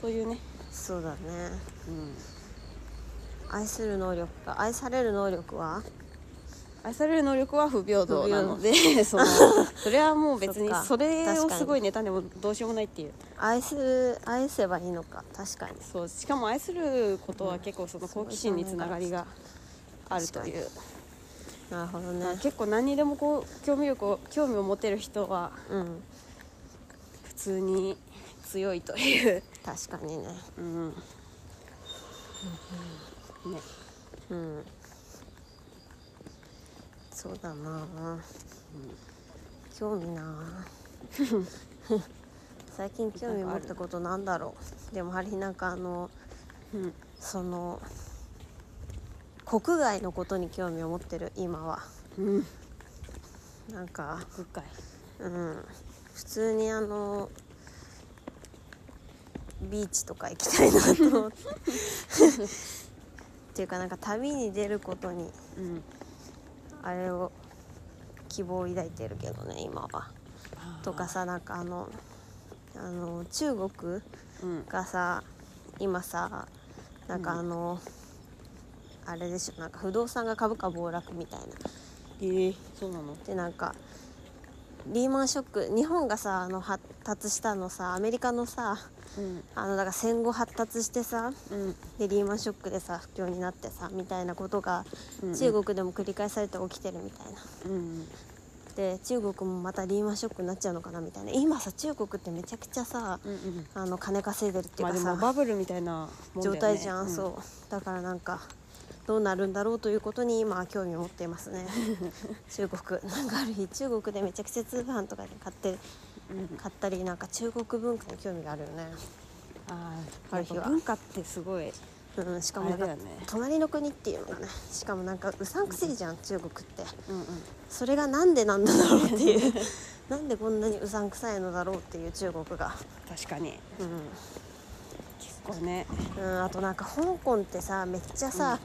Speaker 3: というね、
Speaker 2: そうだね
Speaker 3: うん、
Speaker 2: 愛する能力か愛される能力は
Speaker 3: 愛される能力は不平等なので そのそれはもう別
Speaker 2: そ
Speaker 3: に
Speaker 2: っか
Speaker 3: それ
Speaker 2: 確
Speaker 3: を
Speaker 2: かに
Speaker 3: すごいネタでもどうしようもないっていう
Speaker 2: 愛する愛せばいいのか確かに
Speaker 3: そうしかも愛することは結構その好奇心につながりがあるという、
Speaker 2: なるほどね
Speaker 3: まあ結構何にでもこう興味力を興味を持てる人は
Speaker 2: うん
Speaker 3: 普通に強いという、
Speaker 2: 確かにね
Speaker 3: うんね、
Speaker 2: うんそうだな、興味 な最近興味持ったことなんだろうでもハリなんかあの
Speaker 3: うん、
Speaker 2: その国外のことに興味を持ってる今は
Speaker 3: うん、
Speaker 2: なんか
Speaker 3: 国外
Speaker 2: うん普通にあのビーチとか行きたいなと思ってっていうかなんか旅に出ることに
Speaker 3: うん
Speaker 2: あれを希望を抱いてるけどね今は。とかさなんかあのあの中国
Speaker 3: うん
Speaker 2: がさ今さなんかあの、あれでしょなんか不動産が株価暴落みたいな
Speaker 3: えー、そうなの
Speaker 2: でなんかリーマンショック日本がさあの発達したのさアメリカのさ
Speaker 3: うん
Speaker 2: あのだから戦後発達してさ
Speaker 3: うん
Speaker 2: でリーマンショックでさ不況になってさみたいなことが
Speaker 3: うん
Speaker 2: 中国でも繰り返されて起きてるみたいな。
Speaker 3: うん
Speaker 2: で中国もまたリーマンショックになっちゃうのかなみたいな今さ中国ってめちゃくちゃさ
Speaker 3: うんうん
Speaker 2: あの金稼いでるっていう
Speaker 3: まあ
Speaker 2: か
Speaker 3: で
Speaker 2: さ、
Speaker 3: もバブルみたいなもんだ
Speaker 2: 状
Speaker 3: よね
Speaker 2: 態じゃん、
Speaker 3: うん
Speaker 2: そうだからなんかどうなるんだろうということに今興味を持っています ね中国なんかある日中国でめちゃくちゃ通販とかで買って
Speaker 3: うん
Speaker 2: 買ったりなんか中国文化に興味があるよね、
Speaker 3: あー
Speaker 2: ある
Speaker 3: やっ
Speaker 2: 日
Speaker 3: ぱ
Speaker 2: は
Speaker 3: 文化ってすごい
Speaker 2: うん、しかもなんか、
Speaker 3: あれだよね
Speaker 2: 隣の国っていうのがねしかもなんかうさんくせえじゃん中国って
Speaker 3: うんうん
Speaker 2: それがなんでなんだろうって いうなんでこんなにうさんくさいのだろうっていう中国が
Speaker 3: 確かに
Speaker 2: うん
Speaker 3: 結構ね
Speaker 2: うん、あとなんか香港ってさめっちゃさ、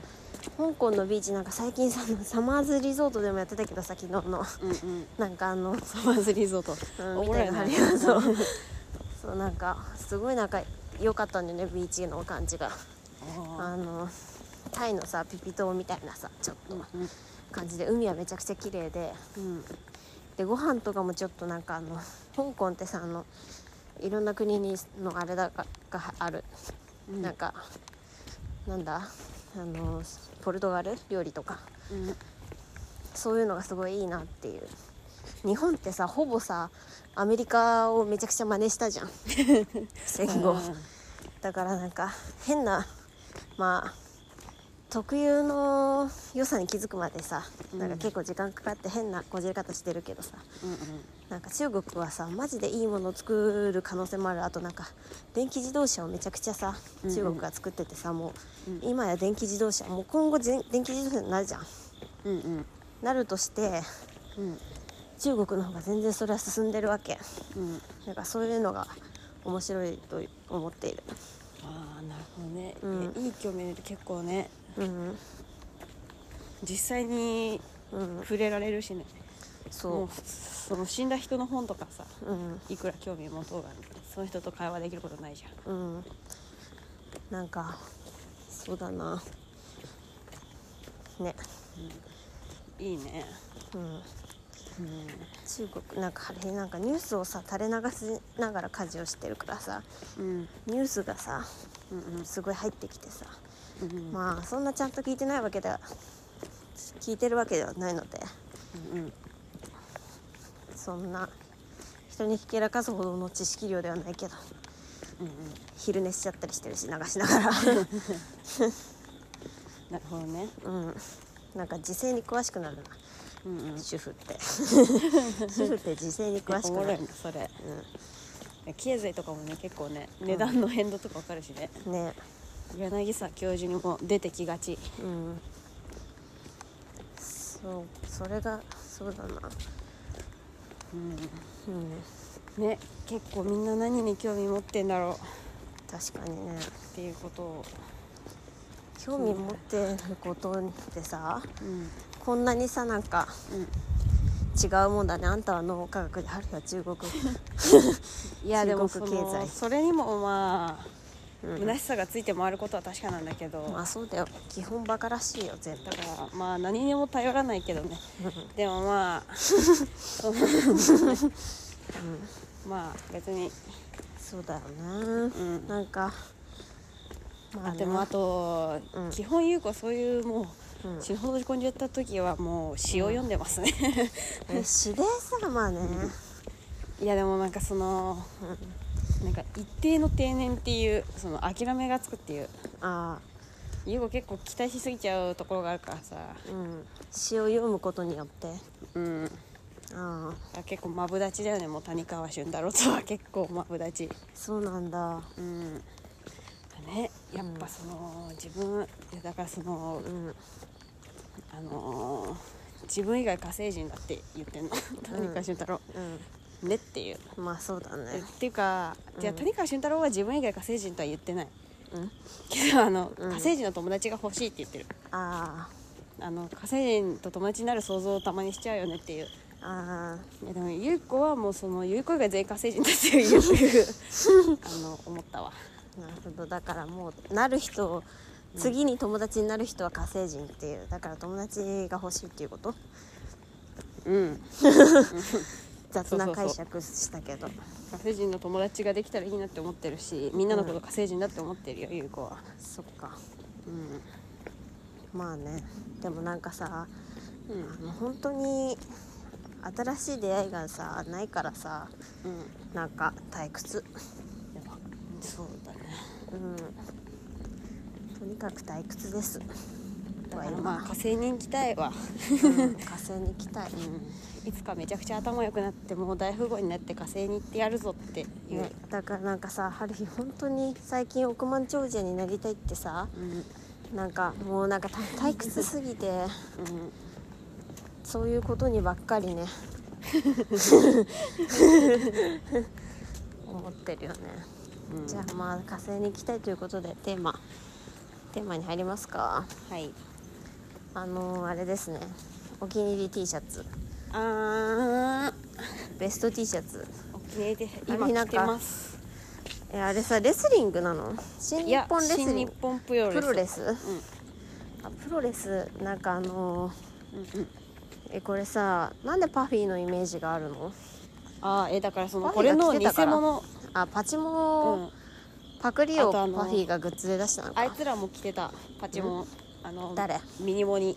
Speaker 2: 香港のビーチなんか最近さ サマーズリゾートでもやってたけどさ昨日の
Speaker 3: うんうん
Speaker 2: なんかあの、
Speaker 3: サマーズリゾート、
Speaker 2: うん、
Speaker 3: お
Speaker 2: み
Speaker 3: も
Speaker 2: た
Speaker 3: ろ
Speaker 2: いな
Speaker 3: い な
Speaker 2: ありが とうそうなんかすごいなんか良かったんだよねビーチの感じが
Speaker 3: あ
Speaker 2: あのタイのさピピ島みたいなさちょっ
Speaker 3: ー
Speaker 2: と感じで海はめちゃくちゃ綺麗で
Speaker 3: うん
Speaker 2: でご飯とかもちょっとなんかあの香港ってさあのいろんな国にのあれだががある
Speaker 3: うん
Speaker 2: なんかなんだあのポルトガル料理とか
Speaker 3: うん
Speaker 2: そういうのがすごいいいなっていう日本ってさほぼさアメリカをめちゃくちゃ真似した じゃん戦後だからなんか変なまあ特有の良さに気づくまでさなんか結構時間かかって変なこじれ方してるけどさ、
Speaker 3: うんうん
Speaker 2: なんか中国はさマジでいいものを作る可能性もあるあとなんか電気自動車をめちゃくちゃさ
Speaker 3: うんうん
Speaker 2: 中国が作っててさ、もう、
Speaker 3: うん
Speaker 2: 今や電気自動車もう今後全電気自動車になるじゃん
Speaker 3: うんうん
Speaker 2: なるとして
Speaker 3: うん
Speaker 2: 中国の方が全然それは進んでるわけ
Speaker 3: うん
Speaker 2: なんかそういうのが面白いと思っている
Speaker 3: ああなるほどね、
Speaker 2: うん
Speaker 3: いやいい興味で結構ね
Speaker 2: うん
Speaker 3: 実際に
Speaker 2: うん
Speaker 3: 触れられるしね、も
Speaker 2: そう
Speaker 3: その死んだ人の本とかさ
Speaker 2: ううん
Speaker 3: いくら興味持とうがその人と会話できることないじゃ
Speaker 2: う
Speaker 3: ん
Speaker 2: んなんかそうだなね
Speaker 3: いいね
Speaker 2: うん
Speaker 3: うん
Speaker 2: 中国なんかあれなんかニュースをさ垂れ流しながら家事をしてるからさ
Speaker 3: うん
Speaker 2: ニュースがさ
Speaker 3: うんうん
Speaker 2: すごい入ってきてさ
Speaker 3: うんうん
Speaker 2: まあそんなちゃんと聞いてないわけでは聞いてるわけではないので
Speaker 3: うん
Speaker 2: そんな人にひけらかすほどの知識量ではないけど
Speaker 3: うん
Speaker 2: 昼寝しちゃったりしてるし流しながら
Speaker 3: なるほどね
Speaker 2: うんなんか時勢に詳しくなるな
Speaker 3: うんうん
Speaker 2: 主婦って 主婦って時勢に詳し
Speaker 3: お
Speaker 2: く
Speaker 3: もろ
Speaker 2: ないる
Speaker 3: ねそれ
Speaker 2: う
Speaker 3: 経済とかもね結構ね値段の変動とかわかるしね、
Speaker 2: んね
Speaker 3: 柳沢教授にも出てきがち
Speaker 2: うんそうそれがそうだな
Speaker 3: うん
Speaker 2: うん
Speaker 3: ね結構みんな何に興味持ってんだろ
Speaker 2: 確かにね
Speaker 3: うっていうことを
Speaker 2: 興味持ってることってさ
Speaker 3: うん
Speaker 2: こんなにさなんか
Speaker 3: うん
Speaker 2: 違うもんだねあんたは脳科学で春は中国
Speaker 3: いやでも
Speaker 2: 中
Speaker 3: そ
Speaker 2: 国経済
Speaker 3: のそれにもまあ、
Speaker 2: うん
Speaker 3: 虚しさがついて回ることは確かなんだけど、
Speaker 2: まあ そうだよ基本バカらしいよ全部
Speaker 3: だからまあ何にも頼らないけどねでもまあそのまあ別に
Speaker 2: そうだよね、
Speaker 3: ん
Speaker 2: なんかま
Speaker 3: あでもあと、
Speaker 2: うん
Speaker 3: 基本優子そういうもう、
Speaker 2: うん
Speaker 3: 死ぬほど込んじゃった時はもう詩を読んでますね、
Speaker 2: ね詩ですらまあね、
Speaker 3: いやでもなんかその、なんか一定の定年っていうその諦めがつくっていう
Speaker 2: あ
Speaker 3: 優子結構期待しすぎちゃうところがあるからさ
Speaker 2: あうん詩を読むことによって
Speaker 3: うん
Speaker 2: ああ
Speaker 3: 結構マブダチだよねもう谷川俊太郎とは結構マブダチ
Speaker 2: そうなんだ
Speaker 3: うんねやっぱその、自分いやだからその
Speaker 2: うん
Speaker 3: あのー自分以外火星人だって言ってんの谷川俊太郎、
Speaker 2: う
Speaker 3: ねっていうん
Speaker 2: まあそうだ
Speaker 3: えっ
Speaker 2: ね
Speaker 3: ていうか、じゃあ谷川俊太郎は自分以外火星人とは言ってない
Speaker 2: うん
Speaker 3: けどあの、
Speaker 2: うん
Speaker 3: 火星人の友達が欲しいって言ってる
Speaker 2: あ
Speaker 3: あの火星人と友達になる想像をたまにしちゃうよねっていう
Speaker 2: あああ
Speaker 3: いやでも優子はもうその優子以外全員火星人だっていう あの思ったわ
Speaker 2: なるほどだからもうなる人を次に友達になる人は火星人っていうだから友達が欲しいっていうこと
Speaker 3: うん
Speaker 2: 雑な解釈したけど
Speaker 3: 火星人の友達ができたらいいなって思ってるしみんなのこと火星人だって思ってるよ優子は
Speaker 2: そっか
Speaker 3: うん
Speaker 2: まあねでもなんかさ
Speaker 3: う
Speaker 2: あ
Speaker 3: ん
Speaker 2: の本当に新しい出会いがさないからさ
Speaker 3: うん
Speaker 2: なんか退屈
Speaker 3: やばそうだね
Speaker 2: うんとにかく退屈です
Speaker 3: だからまあ火星に行きたいわ
Speaker 2: うん火星に行きたい
Speaker 3: いつかめちゃくちゃ頭良くなってもう大富豪になって火星に行ってやるぞっていう、
Speaker 2: ね、だからなんかさ春日本当に最近億万長者になりたいってさ
Speaker 3: うん
Speaker 2: なんかもうなんかた退屈すぎて
Speaker 3: うん、
Speaker 2: そういうことにばっかりね思ってるよね、
Speaker 3: うん
Speaker 2: じゃあまあ火星に行きたいということでテーマテーマに入りますか
Speaker 3: はい
Speaker 2: あのーあれですねお気に入り T シャツ
Speaker 3: あー
Speaker 2: ベスト T シャツ
Speaker 3: お気に入りで
Speaker 2: あれ
Speaker 3: 今
Speaker 2: なん
Speaker 3: 着
Speaker 2: か
Speaker 3: てます
Speaker 2: えあれさレスリングなの新
Speaker 3: い
Speaker 2: 日
Speaker 3: や
Speaker 2: 本レス
Speaker 3: 新
Speaker 2: リン
Speaker 3: 日
Speaker 2: グ
Speaker 3: 本プロレス
Speaker 2: プロレス
Speaker 3: うん
Speaker 2: あプロレスなんかあのー
Speaker 3: うんうん
Speaker 2: えこれさなんでパフィーのイメージがあるの
Speaker 3: あーえだからその
Speaker 2: パ
Speaker 3: こ
Speaker 2: フィ
Speaker 3: れ
Speaker 2: ーが
Speaker 3: の
Speaker 2: 着
Speaker 3: 偽
Speaker 2: てたから
Speaker 3: 物、
Speaker 2: あパチ
Speaker 3: う
Speaker 2: モ、
Speaker 3: ん、
Speaker 2: パクリを
Speaker 3: あと
Speaker 2: パ
Speaker 3: あ
Speaker 2: フ
Speaker 3: の
Speaker 2: ィーがグッズで出したの
Speaker 3: あ
Speaker 2: か
Speaker 3: いつらも着てたパチモン、あの
Speaker 2: 誰
Speaker 3: ミニモニ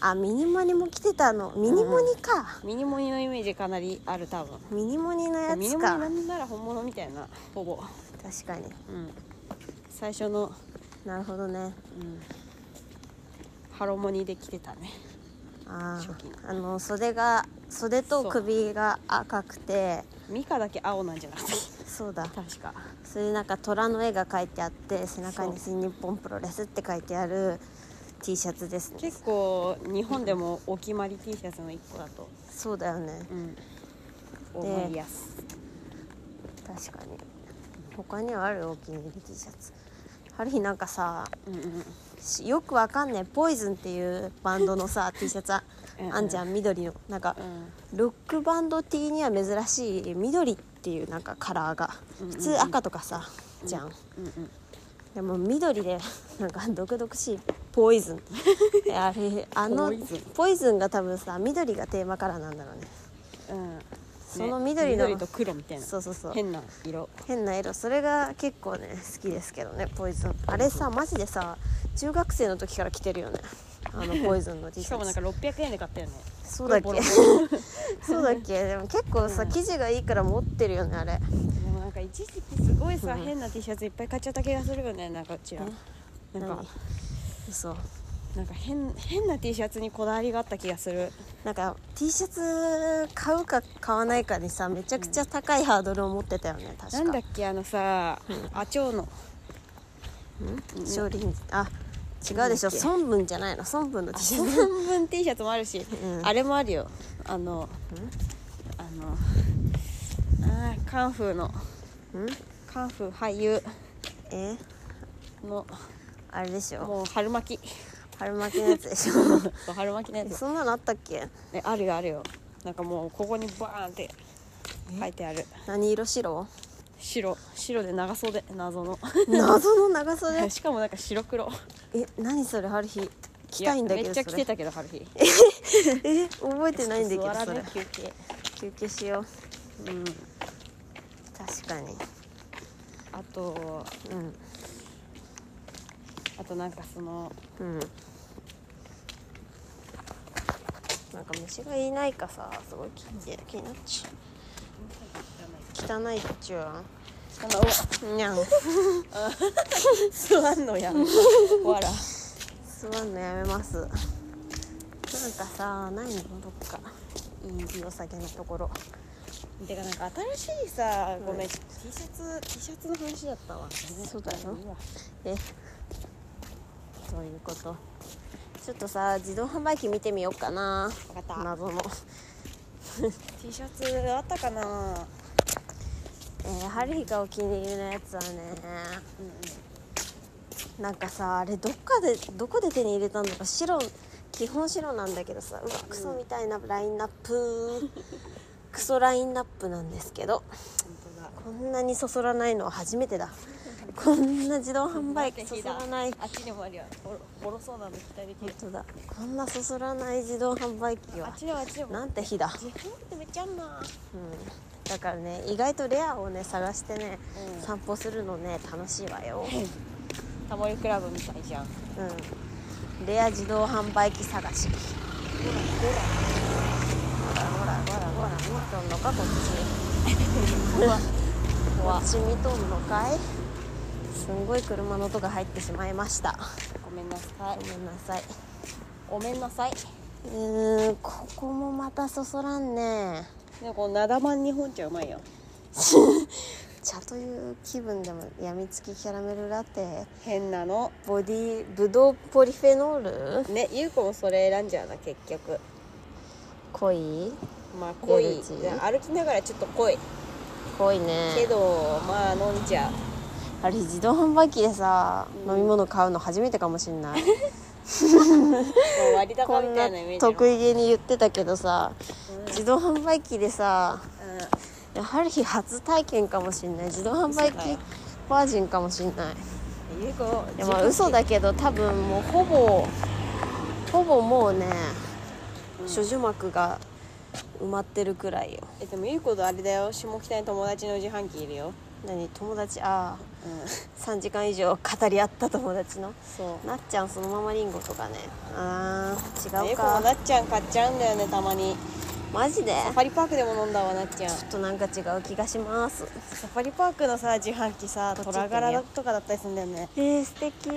Speaker 2: あミニモニも着てたのミニモニか、
Speaker 3: ミニモニのイメージかなりある多分
Speaker 2: ミニモニのや
Speaker 3: ミニ
Speaker 2: つ
Speaker 3: モニな
Speaker 2: か
Speaker 3: んなら本物みたいなほぼ、
Speaker 2: 確かに
Speaker 3: うん、最初の、
Speaker 2: なるほどね
Speaker 3: うん、ハロモニで着てたね
Speaker 2: あ
Speaker 3: 初期の
Speaker 2: ーあの袖が袖と首が赤くて
Speaker 3: ミカだけ青なんじゃなかっ
Speaker 2: そうだ
Speaker 3: た 確か
Speaker 2: それでなんか虎の絵が描いてあって背中に「
Speaker 3: そ
Speaker 2: 新日本プロレス」って書いてある T シャツですね
Speaker 3: 結構日本でもお決まり T シャツの一個だと
Speaker 2: そうだよね
Speaker 3: うん思いやす
Speaker 2: 確かに他にはあるお気に入り T シャツある日なんかさ
Speaker 3: うんうん
Speaker 2: しよくわかんねえポイズンっていうバンドの さ T シャツあ
Speaker 3: うん
Speaker 2: あんじゃん緑のなんか
Speaker 3: うん
Speaker 2: ロックバンド T には珍しい緑っていうなんかカラーが
Speaker 3: うんうんうん
Speaker 2: 普通赤とかさじゃん
Speaker 3: うんうん
Speaker 2: でも緑でなんか毒々しいポイズ ンえあれあの
Speaker 3: ポイズン
Speaker 2: ポイズンが多分さ緑がテーマカラーなんだろうね
Speaker 3: うんね
Speaker 2: その緑の
Speaker 3: と黒みたいな
Speaker 2: そうそうそう
Speaker 3: 変な色
Speaker 2: 変な色それが結構ね好きですけどねポイズンあれさマジでさ中学生の時から着てるよね あのポイズンの T
Speaker 3: し
Speaker 2: シ
Speaker 3: か
Speaker 2: ャ
Speaker 3: もなん
Speaker 2: ツ
Speaker 3: か600円で買ったよね
Speaker 2: そうだっけ
Speaker 3: ボロボロ
Speaker 2: そうだっけでも結構さ生地がいいから持ってるよねあれ
Speaker 3: でもなんか一時期すごいさ、
Speaker 2: うん
Speaker 3: 変な T シャツいっぱい買っちゃった気がするよねなんかうちらなんか
Speaker 2: 何嘘
Speaker 3: なんか変変な T シャツにこだわりがあった気がする
Speaker 2: なんか T シャツ買うか買わないかにさめちゃくちゃ高いハードルを持ってたよね確か
Speaker 3: なんだっけあのさ、ア チョウの
Speaker 2: 勝利にあ違うでしょ
Speaker 3: なんだっけ
Speaker 2: 孫文じゃないの孫文の T シャツ
Speaker 3: 半分 T シャツもあるし、
Speaker 2: うん
Speaker 3: あれもあるよあのあのあーカンフーの
Speaker 2: うん
Speaker 3: カンフー俳優
Speaker 2: え
Speaker 3: の
Speaker 2: あれでしょ
Speaker 3: もう春巻き
Speaker 2: 春巻きのやつでしょ
Speaker 3: そう春巻きのやつ
Speaker 2: そんなのあったっけ
Speaker 3: えあるよあるよなんかもうここにバーンって書いてある
Speaker 2: 何色白
Speaker 3: 白白で長袖謎の
Speaker 2: 謎の長袖
Speaker 3: しかもなんか白黒
Speaker 2: え何それ春日着たいんだけど
Speaker 3: やめっちゃ着て
Speaker 2: それ
Speaker 3: たけど春日
Speaker 2: え覚えてないんだけど
Speaker 3: 座ら
Speaker 2: それ
Speaker 3: ね休憩
Speaker 2: 休憩しよう
Speaker 3: うん
Speaker 2: 確かに
Speaker 3: あと
Speaker 2: うん
Speaker 3: あとなんかその
Speaker 2: うんなんか虫がいないかさすごい気に気になっちゃう汚いっちゅう
Speaker 3: そんなお
Speaker 2: にゃん
Speaker 3: 座んの やんわら
Speaker 2: 座んのやめますなんかさないのどっかいいお酒のところ
Speaker 3: てかなんか新しいさごめん、
Speaker 2: うん
Speaker 3: T シャツ T シャツの話だったわ
Speaker 2: そうだよ
Speaker 3: いいわ
Speaker 2: えそういうことちょっとさ自動販売機見てみようかな
Speaker 3: わかった
Speaker 2: 謎の
Speaker 3: T シャツあったかな
Speaker 2: えー、ハリヒがお気に入りのやつはね
Speaker 3: うんうん
Speaker 2: なんかさあれどっかでどこで手に入れたんだか白基本白なんだけどさうわクソみたいなラインナップ クソラインナップなんですけど
Speaker 3: 本当だ
Speaker 2: こんなにそそらないのは初めてだこんな自動販売機そそらない
Speaker 3: あっちにもあるよおろおろそうなの期待できる
Speaker 2: 本当だこんなそそらない自動販売機
Speaker 3: あ
Speaker 2: は
Speaker 3: っちでもあっちでも
Speaker 2: なんて日だ、
Speaker 3: 自販ってめっちゃあん
Speaker 2: う
Speaker 3: な
Speaker 2: ん、だからね意外とレアをね探してね、
Speaker 3: うん
Speaker 2: 散歩するのね楽しいわよ、
Speaker 3: タモリクラブみたいじ ゃん
Speaker 2: うん、レア自動販売機探しほらほらほらほら見とんのかこっちこ
Speaker 3: 怖
Speaker 2: っち見とんのかいすんごい車の音が入ってしまいました
Speaker 3: ごめんなさい
Speaker 2: ごめんなさい
Speaker 3: ごめんなさいう
Speaker 2: ーんここもまたそそらんね
Speaker 3: でもこのなだまん日本茶うまいよ
Speaker 2: 茶という気分でもやみつきキャラメルラテ
Speaker 3: 変なの
Speaker 2: ボディブドウポリフェノール
Speaker 3: ねゆうこもそれ選んじゃうな結局
Speaker 2: 濃い
Speaker 3: まあ濃
Speaker 2: 夜
Speaker 3: い
Speaker 2: 一
Speaker 3: じゃあ歩きながらちょっと濃い
Speaker 2: 濃いね
Speaker 3: けどまあ飲んじゃう
Speaker 2: あれ自動販売機でさ、
Speaker 3: うん
Speaker 2: 飲み物買うの初めてかもしんない
Speaker 3: もう割
Speaker 2: こ
Speaker 3: 高み
Speaker 2: んな
Speaker 3: た
Speaker 2: い
Speaker 3: なイメージ
Speaker 2: 得意げに言ってたけどさ、自動販売機でさ
Speaker 3: う
Speaker 2: やはり初体験かもしんない自動販売
Speaker 3: 嘘だ
Speaker 2: 機
Speaker 3: よ
Speaker 2: バージンかもしんない
Speaker 3: んゆうこ
Speaker 2: いやまあ嘘だけど多分もうほぼほぼもうね処女膜が埋まってるくらいよ
Speaker 3: えでもゆうことあれだよ下北に友達の自販機いるよ
Speaker 2: 何友達ああ
Speaker 3: うん
Speaker 2: 3時間以上語り合った友達の
Speaker 3: そう
Speaker 2: なっちゃんそのままリンゴとかねあー違
Speaker 3: ゆ
Speaker 2: う
Speaker 3: うこも
Speaker 2: か
Speaker 3: なっちゃん買っちゃうんだよねたまに
Speaker 2: マジで
Speaker 3: サファリパークでも飲んだわなっちゃん
Speaker 2: ちょっとなんか違う気がします
Speaker 3: サファリパークのさ自販機さ
Speaker 2: こっち行ってみよう
Speaker 3: 虎柄とかだったりするんだよね
Speaker 2: えー、素敵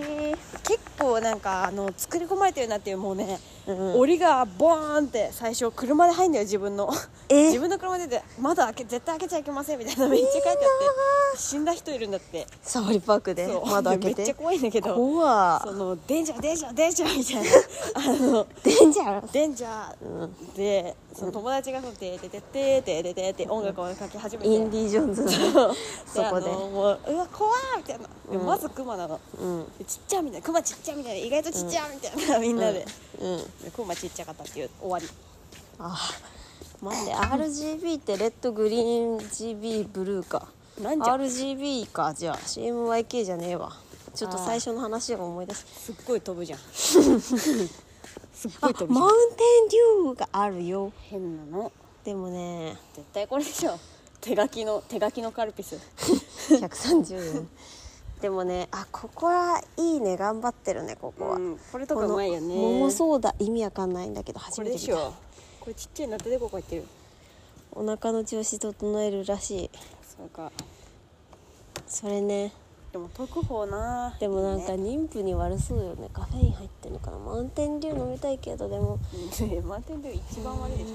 Speaker 3: 結構なんかあの作り込まれてるなっていうもうね、
Speaker 2: うん
Speaker 3: 檻がボーンって最初車で入んだよ自分の
Speaker 2: えー
Speaker 3: 自分の車でて窓開け絶対開けちゃいけませんみたいなめっちゃ書いてあって死んだ人いるんだって
Speaker 2: サファリパークで
Speaker 3: そう
Speaker 2: 窓開け
Speaker 3: めっちゃ
Speaker 2: て
Speaker 3: 怖いんだけど
Speaker 2: 怖
Speaker 3: そのデンジャーデンジャーデンジャーみたいなあの
Speaker 2: デンジャー
Speaker 3: デンジャーでその友達がそのてててててててて音楽をかけ始めて
Speaker 2: インディ・ジョーンズの そこで
Speaker 3: あのもううわ怖いみたいな、でまずクマなの
Speaker 2: うん
Speaker 3: でちっちゃみたいなクマちっちゃみたいな意外とちっちゃみたいな、みんなで,、
Speaker 2: うん
Speaker 3: でクマちっちゃかったっていう終わり
Speaker 2: あー待って RGB ってレッドグリーン GB ブルーか
Speaker 3: なんじゃ
Speaker 2: RGB かじゃあ CMYK じゃねえわちょっと最初の話を思い出す
Speaker 3: すっごい飛ぶじゃんすっ
Speaker 2: あ
Speaker 3: ごい飛ぶじゃ
Speaker 2: マ
Speaker 3: ん
Speaker 2: ウンテンデューがあるよ
Speaker 3: 変なの
Speaker 2: でも ね
Speaker 3: 絶対これでしょ手書きの手書きのカルピス
Speaker 2: 130円でもねあここはいいね頑張ってるねここは、
Speaker 3: うんこれとかうまいよ
Speaker 2: こ
Speaker 3: ね
Speaker 2: の桃ソーダ意味わかんないんだけど初
Speaker 3: こ
Speaker 2: め
Speaker 3: れ
Speaker 2: て
Speaker 3: で
Speaker 2: 見
Speaker 3: したょこれちっちゃいなってでここ入ってる
Speaker 2: お腹の調子整えるらしい
Speaker 3: そうか
Speaker 2: それね
Speaker 3: でも特報な
Speaker 2: でもなんか
Speaker 3: いい
Speaker 2: 妊婦に悪そうよねカフェイン入ってるのかなマウンテンデュー飲みたいけどでも
Speaker 3: ね 満点で一番悪いでし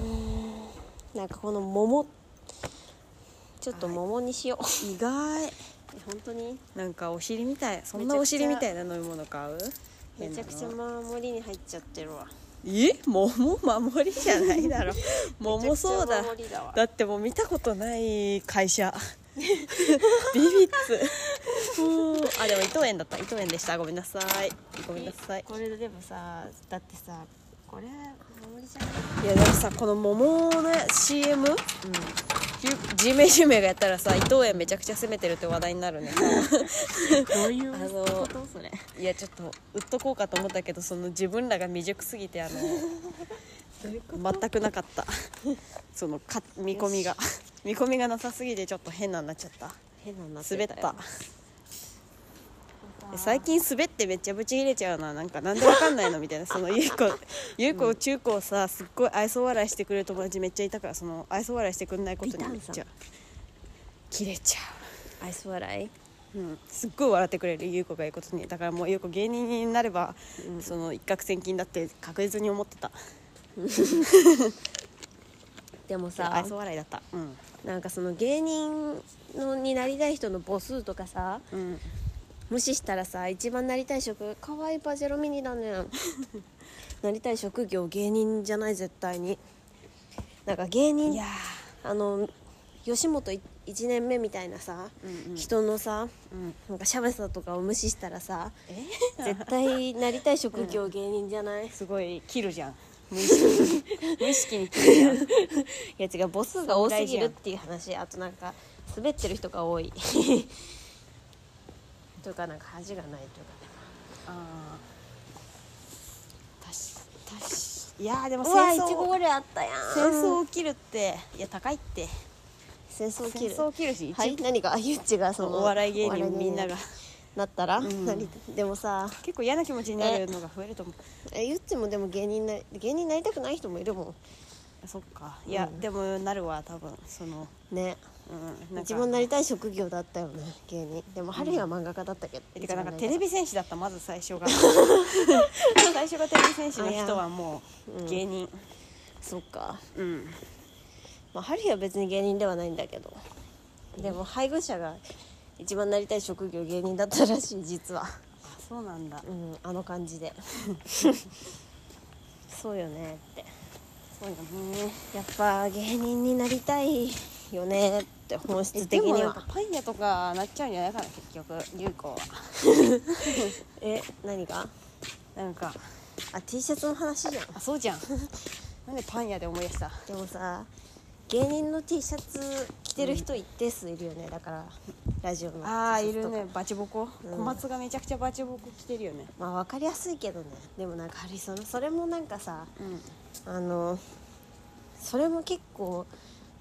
Speaker 2: なんかこの桃ちょっと桃にしよう、
Speaker 3: ょ意外
Speaker 2: え本当に
Speaker 3: なんかお尻みたいそん
Speaker 2: めちゃく
Speaker 3: な
Speaker 2: ちゃ
Speaker 3: お尻みたいな飲み物買う
Speaker 2: めちゃくちゃ
Speaker 3: 変なの
Speaker 2: 守りに入っちゃってるわ
Speaker 3: え桃守りじゃな いだろ桃そ
Speaker 2: め
Speaker 3: う
Speaker 2: ちゃ
Speaker 3: だ
Speaker 2: くちゃ守りだわ
Speaker 3: だってもう見たことない 会社ビビッツもうあでも伊藤園だった伊藤園でしたごめんなさいごめんなさい
Speaker 2: これでもさだってさこれ守りちゃん
Speaker 3: いやでもさこの桃の CM、ジメジメがやったらさ伊藤園めちゃくちゃ攻めてるって話題に なるね
Speaker 2: どういう
Speaker 3: あの
Speaker 2: ことそれ
Speaker 3: いやちょっと売っとこうかと思ったけどその自分らが未熟すぎてあの
Speaker 2: どういうこ
Speaker 3: 全くなかった そのか見込みが見込みがなさすぎてちょっと変なになっちゃった
Speaker 2: 変なのになって
Speaker 3: 滑っ
Speaker 2: よ
Speaker 3: たえ最近滑ってめっちゃブチ切れちゃうななんかなんでわかんない のみたいなそのゆうこゆうこ中高さすっごい愛想笑いしてくれる友達めっちゃいたからその愛想笑いしてくんないことにめ
Speaker 2: リ
Speaker 3: っ
Speaker 2: タ
Speaker 3: ち
Speaker 2: ーン
Speaker 3: ゃ切れちゃ、
Speaker 2: 愛想笑いう
Speaker 3: うん、すっごい笑ってくれるゆうこがいいことにだからもうゆうこ芸人になれば、その一攫千金だって確実に思ってた
Speaker 2: でもさ
Speaker 3: 愛想笑いだったうん
Speaker 2: なんかその芸人のになりたい人の母数とかさ
Speaker 3: うん
Speaker 2: 無視したらさ一番なりたい職かわいいパジェロミニだね なりたい職業芸人じゃない絶対になんか芸
Speaker 3: い
Speaker 2: 人
Speaker 3: や
Speaker 2: あの吉本い1年目みたいなさ、
Speaker 3: うんうん
Speaker 2: 人のさ
Speaker 3: ーうん
Speaker 2: なんかシャベさとかを無視したらさ
Speaker 3: え
Speaker 2: 絶対なりたい職業芸人じゃない、い
Speaker 3: すごい切るじゃん無意識に無意識に切るじゃん
Speaker 2: や違う母数が多すぎるっていう話あとなんか滑ってる人が多いとかなんか恥がないとか
Speaker 3: あーたしたしいやーで
Speaker 2: う
Speaker 3: も
Speaker 2: わい
Speaker 3: 戦
Speaker 2: ちご
Speaker 3: 争
Speaker 2: ボレーあったやん
Speaker 3: 戦争起きるっていや高いって
Speaker 2: 戦争
Speaker 3: 戦
Speaker 2: 切る
Speaker 3: 争起きるし、
Speaker 2: はい
Speaker 3: 一
Speaker 2: 何かゆっちがその
Speaker 3: お笑い芸
Speaker 2: お笑
Speaker 3: 人みんなが
Speaker 2: なったら、
Speaker 3: ん
Speaker 2: 何でもさ
Speaker 3: 結構嫌な気持ちになるのが増えると思う
Speaker 2: えゆっちもでも芸人な芸人になりたくない人もいるも
Speaker 3: そっかいや、
Speaker 2: うん
Speaker 3: でもなるわ多分その、
Speaker 2: んね
Speaker 3: うん、なん
Speaker 2: 自
Speaker 3: か
Speaker 2: 分なりたい職業だったよね芸人でも春日は漫画家だったけど、
Speaker 3: てかなんか
Speaker 2: 一番
Speaker 3: テレビ戦士だったまず最 初が最初がテレビ戦士の人はも
Speaker 2: あいやう
Speaker 3: うん芸人
Speaker 2: そっか、
Speaker 3: うん
Speaker 2: まあ、春日は別に芸人ではないんだけどでも配偶者が一番なりたい職業芸人だったらしい実は
Speaker 3: あそうなんだ
Speaker 2: うんあの感じで そうよねって
Speaker 3: そうよね
Speaker 2: やっぱ芸人になりたいよねって本
Speaker 3: え
Speaker 2: 質
Speaker 3: で
Speaker 2: 的に
Speaker 3: もなん
Speaker 2: は
Speaker 3: かパン屋とかなっちゃうんじゃないかな結局優子は
Speaker 2: え何が
Speaker 3: なんか
Speaker 2: あ T シャツの話じゃん
Speaker 3: あそうじ ゃんなんでパン屋で思い出した
Speaker 2: でもさ芸人の T シャツ着てる人一定数いるよね、だからラジオの T シ
Speaker 3: ああい
Speaker 2: ャツ
Speaker 3: る
Speaker 2: とか
Speaker 3: ねバチボコ、
Speaker 2: うん
Speaker 3: 小松がめちゃくちゃバチボコ着てるよね
Speaker 2: まあ分かりやすいけどねでもなんかありそのそれもなんかさ
Speaker 3: うん
Speaker 2: あのそれも結構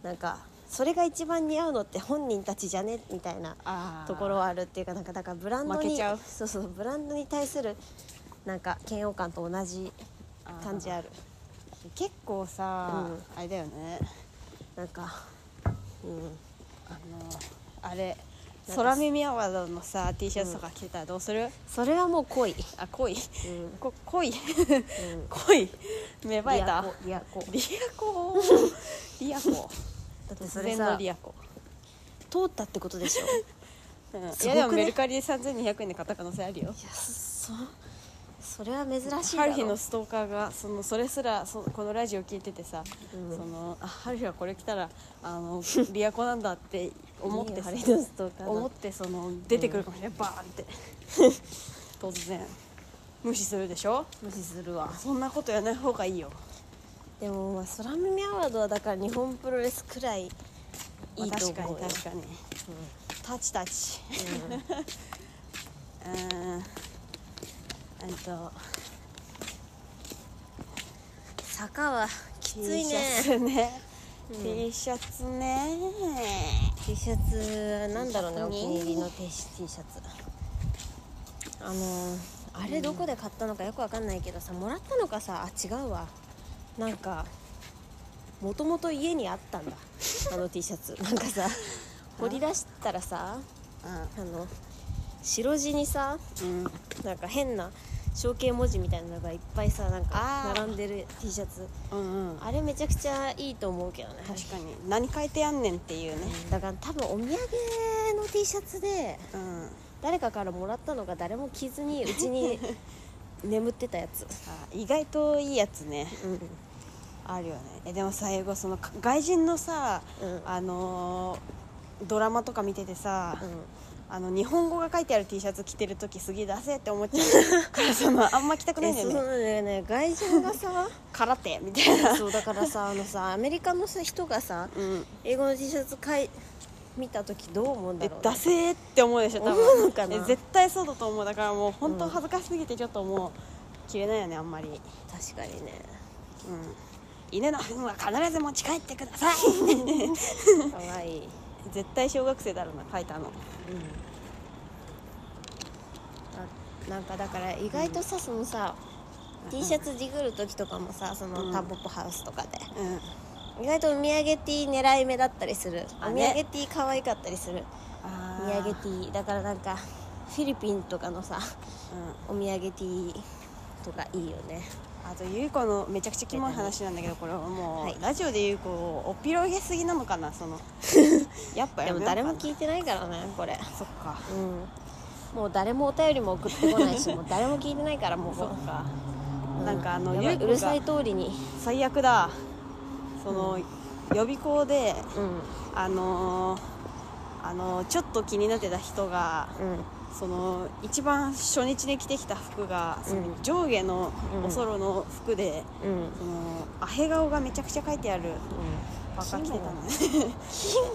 Speaker 2: なんかそれが一番似合うのって本人たちじゃねみたいな
Speaker 3: ああ
Speaker 2: ところはあるっていうかなんかだからブランド
Speaker 3: 負け
Speaker 2: に
Speaker 3: ちゃう
Speaker 2: そうそうブランドに対するなんか嫌悪感と同じ感じある
Speaker 3: 結構さ、
Speaker 2: うん
Speaker 3: あれだよね
Speaker 2: なんかうん
Speaker 3: あのあれ空耳アワードのさ T シャツとか着てたらどうする、
Speaker 2: それはもう恋
Speaker 3: あ濃い、
Speaker 2: うん
Speaker 3: こ濃 い
Speaker 2: うん
Speaker 3: 濃い芽生えた
Speaker 2: リアコリアコ
Speaker 3: リアコリ アコ
Speaker 2: だってそ
Speaker 3: 突
Speaker 2: れ
Speaker 3: 然の
Speaker 2: さ
Speaker 3: リアコ
Speaker 2: 通ったってことでしょい
Speaker 3: うん
Speaker 2: すごく
Speaker 3: い
Speaker 2: ね
Speaker 3: やでもメルカリで3200円で買った可能性あるよ
Speaker 2: やそそれは珍しいだ
Speaker 3: ハ
Speaker 2: ろ
Speaker 3: ルヒのストーカーがそのそれすらそこのラジオ聞いててさ、
Speaker 2: うん
Speaker 3: そのあハルヒはこれ着たらあ のリアコなんだって思ってさ
Speaker 2: いいよハルヒのストーカーだ
Speaker 3: 思ってその出てくるかもしれない、バーンって突然無視するでしょ
Speaker 2: 無視するわ
Speaker 3: そんなことやらない方がいいよ
Speaker 2: でもまあ空耳アワードはだから日本プロレスくらいいいと
Speaker 3: 確か
Speaker 2: 思
Speaker 3: に
Speaker 2: うよ
Speaker 3: 確かにタッチタッチ
Speaker 2: うんうん
Speaker 3: うーんえっと
Speaker 2: 坂はきつ
Speaker 3: T
Speaker 2: い
Speaker 3: シ
Speaker 2: ね
Speaker 3: ャツね T シャツね
Speaker 2: T シャツなんだろうねお
Speaker 3: 本当に
Speaker 2: 気に入りの T シ T シャツあのーあれどこで買ったのかよくわかんないけどさもらったのかさあ違うわなんかもともと家にあったんだあの T シャツなんか さ掘り出したらさあの白地にさ
Speaker 3: うん、うん
Speaker 2: なんか変な象形文字みたいなのがいっぱいさなんか
Speaker 3: あー
Speaker 2: 並んでる T シャツ
Speaker 3: うんうん
Speaker 2: あれめちゃくちゃいいと思うけどね
Speaker 3: 確かに何書いてやんねんっていうね
Speaker 2: だから多分お土産の T シャツで
Speaker 3: うんあ
Speaker 2: 誰かからもらったのが誰も着ずにうち に眠ってたやつ、
Speaker 3: 意外といいやつね
Speaker 2: うん、
Speaker 3: あるよねえでもさ英語そのか外人のさ、
Speaker 2: うん
Speaker 3: あのードラマとか見ててさ、
Speaker 2: うん
Speaker 3: あの日本語が書いてある T シャツ着てる時すげえダセーって思っちゃ うからそのあんま着たくない
Speaker 2: え
Speaker 3: ん
Speaker 2: そう
Speaker 3: だよ
Speaker 2: な
Speaker 3: ね
Speaker 2: んだよね外人が さ
Speaker 3: 空手みたいな
Speaker 2: そうだからさあのさアメリカのさ人がさ
Speaker 3: うん
Speaker 2: 英語の T シャツ買い見た時どう思うんだ
Speaker 3: え
Speaker 2: ろうね
Speaker 3: ダセーって思うでしょ多分
Speaker 2: 思うのかな
Speaker 3: え絶対そうだと思うだからもう本当恥ずかしすぎてちょっともう着れないよねあんまりうん
Speaker 2: 確かにね
Speaker 3: 犬の糞は必ず持ち帰ってください
Speaker 2: かわいい
Speaker 3: 絶対小学生だろうな書いたの
Speaker 2: あなんかだから意外とさそのさ T シャツジグる時とかもさそのタンポポハウスとかで、
Speaker 3: うん
Speaker 2: 意外とお土産 T 狙い目だったりするお
Speaker 3: あ
Speaker 2: 土
Speaker 3: ね
Speaker 2: 産 T 可愛かったりするお
Speaker 3: あ
Speaker 2: 土
Speaker 3: ー
Speaker 2: 産 T だからなんかフィリピンとかのさ
Speaker 3: うん
Speaker 2: お土産 T とかいいよね
Speaker 3: あとゆいこのめちゃくちゃキモい話なんだけどこれはもう、
Speaker 2: はい
Speaker 3: ラジオでゆいこをおっぴろげすぎなのかな そのやっぱ
Speaker 2: で
Speaker 3: や
Speaker 2: も
Speaker 3: めようかな
Speaker 2: 誰も聞いてないからねこれ
Speaker 3: そっか
Speaker 2: うんもう誰もお便りも送ってこない しもう誰も聞いてないからもう
Speaker 3: そっか
Speaker 2: う
Speaker 3: なんかあの
Speaker 2: やばい
Speaker 3: ゆうこ
Speaker 2: う
Speaker 3: が
Speaker 2: るさい通りに
Speaker 3: 最悪だその、予備校で
Speaker 2: うん
Speaker 3: あのーあのーちょっと気になってた人が
Speaker 2: うん
Speaker 3: その一番初日に着てきた服がその
Speaker 2: うん
Speaker 3: 上下の
Speaker 2: うん
Speaker 3: おそろの服で、
Speaker 2: うんうん
Speaker 3: そのアヘ顔がめちゃくちゃ書いてあるバカ着てたのね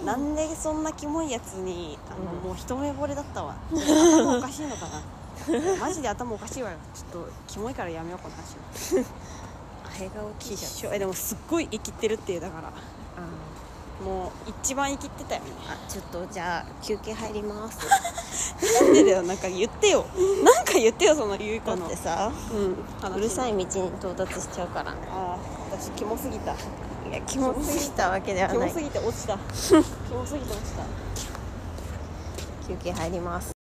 Speaker 3: なんでそんなキモいやつにあの、
Speaker 2: うん
Speaker 3: もう一目惚れだったわ頭おかしいのかなマジで頭おかしいわよちょっとキモいからやめようこの話
Speaker 2: あれが大きいじゃん
Speaker 3: 一緒えでもすっごい生きてるっていうだから
Speaker 2: あ
Speaker 3: もう一番生きてたよね
Speaker 2: ーあちょっとじゃあ休憩入り ます
Speaker 3: なんでだよなんか言ってよ なんか言ってよそのゆい
Speaker 2: だ
Speaker 3: こ
Speaker 2: っ
Speaker 3: の
Speaker 2: てさ
Speaker 3: うん話
Speaker 2: うるさい道に到達しちゃう からね
Speaker 3: ああ私キモすぎた
Speaker 2: いや気持ちしたわけでは
Speaker 3: キモ
Speaker 2: ない
Speaker 3: すぎて落ち たキモすぎて落ちた
Speaker 2: 休憩入ります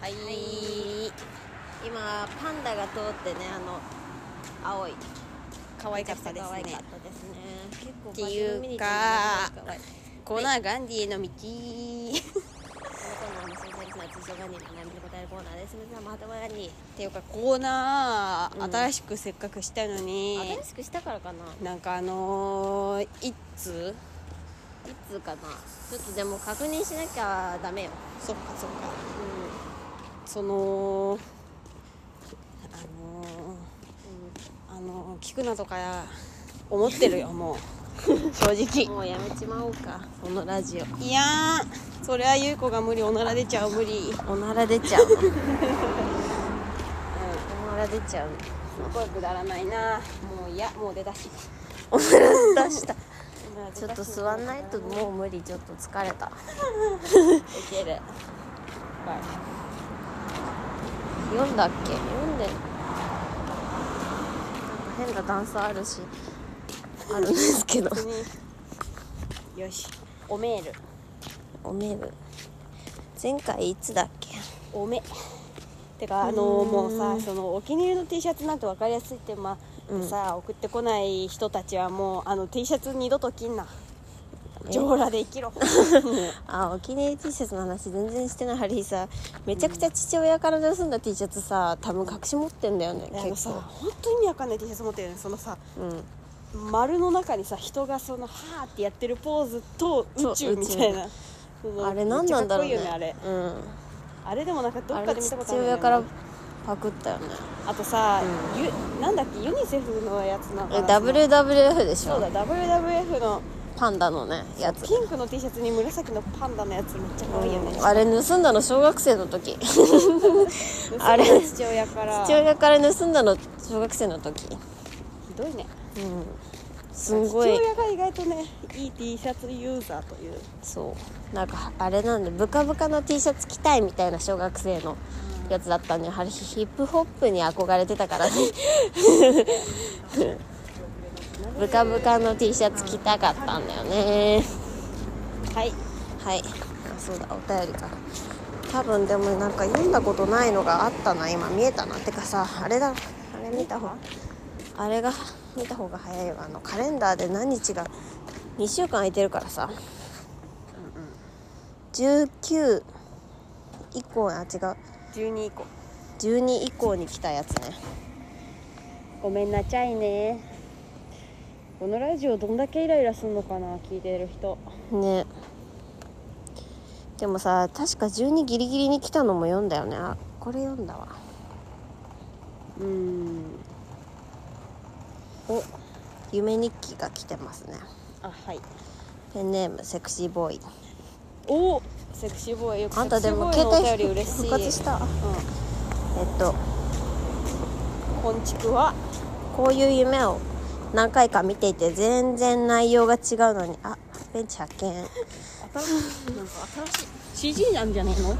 Speaker 3: はい
Speaker 2: 今パンダが通ってねあの青い
Speaker 3: 可愛かったですね
Speaker 2: ですね結構
Speaker 3: っていうか
Speaker 2: 可愛い
Speaker 3: コーナーガンディへの道
Speaker 2: このコーナーはソーシャリスナー通称ガンディの悩みに答えるコーナーです皆さんも頭ガンディ
Speaker 3: っていうかコーナー、
Speaker 2: うん
Speaker 3: 新しくせっかくしたのに
Speaker 2: 新しくしたからかな
Speaker 3: なんかあのー、一通
Speaker 2: いつかなちょっとでも確認しなきゃダメよ
Speaker 3: そっかそっか
Speaker 2: う
Speaker 3: そのあのーあのー聞くなとか思ってるよもう正
Speaker 2: ん、
Speaker 3: 直
Speaker 2: もうやめちまおうかこのラジオ
Speaker 3: いやーそりゃ優子が無理おなら出ちゃう無理
Speaker 2: おなら出ちゃ うおなら出ちゃう
Speaker 3: すごいくだらないなもういやもう出だし
Speaker 2: おなら出 したち
Speaker 3: ち
Speaker 2: ょっと座んないともう無理ちょっと疲れたいける読んだっけ読んでるなんか変な段差あるしあるんですけど
Speaker 3: よしおメール
Speaker 2: おめる前回いつだっけ
Speaker 3: おめてかあのーもうさそのお気に入りの T シャツなんて分かりやすいってまあ、
Speaker 2: うん
Speaker 3: さ送ってこない人たちはもうあの T シャツ二度と着んな
Speaker 2: え
Speaker 3: 上裸で 生きろ
Speaker 2: あお気に入り T シャツの話全然してないハリーさめちゃくちゃ父親から盗んだ T シャツさ多分隠し持ってんだよね
Speaker 3: あの
Speaker 2: 結
Speaker 3: さ
Speaker 2: 構
Speaker 3: 本当に意味わかんない T シャツ持ってるよねそのさ
Speaker 2: うん
Speaker 3: 丸の中にさ人がそのはーってやってるポーズと
Speaker 2: そう
Speaker 3: 宇宙みたいなその
Speaker 2: あれ何なんだろう
Speaker 3: め
Speaker 2: ね
Speaker 3: っちゃかっこいいよね
Speaker 2: うん
Speaker 3: あれあれでもなんかどっ
Speaker 2: あ
Speaker 3: か
Speaker 2: れ
Speaker 3: で見たこと
Speaker 2: 父
Speaker 3: あるんだ
Speaker 2: 親
Speaker 3: よね
Speaker 2: からパクったよね
Speaker 3: あとさ、ゆなんだっけユニセフのやつなん
Speaker 2: え
Speaker 3: かな
Speaker 2: WWF でし
Speaker 3: そうだ
Speaker 2: ょ
Speaker 3: WWF の
Speaker 2: パンダのねやつ
Speaker 3: ピンクの T シャツに紫のパンダのやつめっちゃ可愛いよね、
Speaker 2: あれ盗んだの小学生の時
Speaker 3: 盗んだ
Speaker 2: あれ
Speaker 3: 父親から
Speaker 2: 父親から盗んだの小学生の時
Speaker 3: ひどいね
Speaker 2: うんすんごい
Speaker 3: 父親が意外とねいい T シャツユーザーという
Speaker 2: そうなんかあれなんでブカブカの T シャツ着たいみたいな小学生のやつだったんであれヒップホップに憧れてたから ねブカブカの T シャツ着たかったんだよね
Speaker 3: はい
Speaker 2: はいあそうだお便りか多分でもなんか読んだことないのがあったな今見えたなてかさあれだあれ見た方あれが見た方が早いわあのカレンダーで何日が2週間空いてるからさ、19以降あ違う
Speaker 3: 12以降
Speaker 2: 12以降に来たやつね
Speaker 3: ごめんなちゃいねこのラジオどんだけイライラすんのかな聞いてる人
Speaker 2: ねでもさ確か12ギリギリに来たのも読んだよねあこれ読んだわ
Speaker 3: うんお
Speaker 2: 夢日記が来てますね
Speaker 3: あはい
Speaker 2: ペンネームセクシーボーイ
Speaker 3: おセクシーボーイよく
Speaker 2: あんたでも
Speaker 3: セクシー
Speaker 2: 携
Speaker 3: ボーイのお
Speaker 2: 帯
Speaker 3: 便り嬉しい
Speaker 2: 復活した
Speaker 3: う
Speaker 2: えっと
Speaker 3: ん、こんちくは
Speaker 2: こういう夢を何回か見ていて全然内容が違うのにあベンチ発見
Speaker 3: 新しいなんか新しい CG なんじゃねえの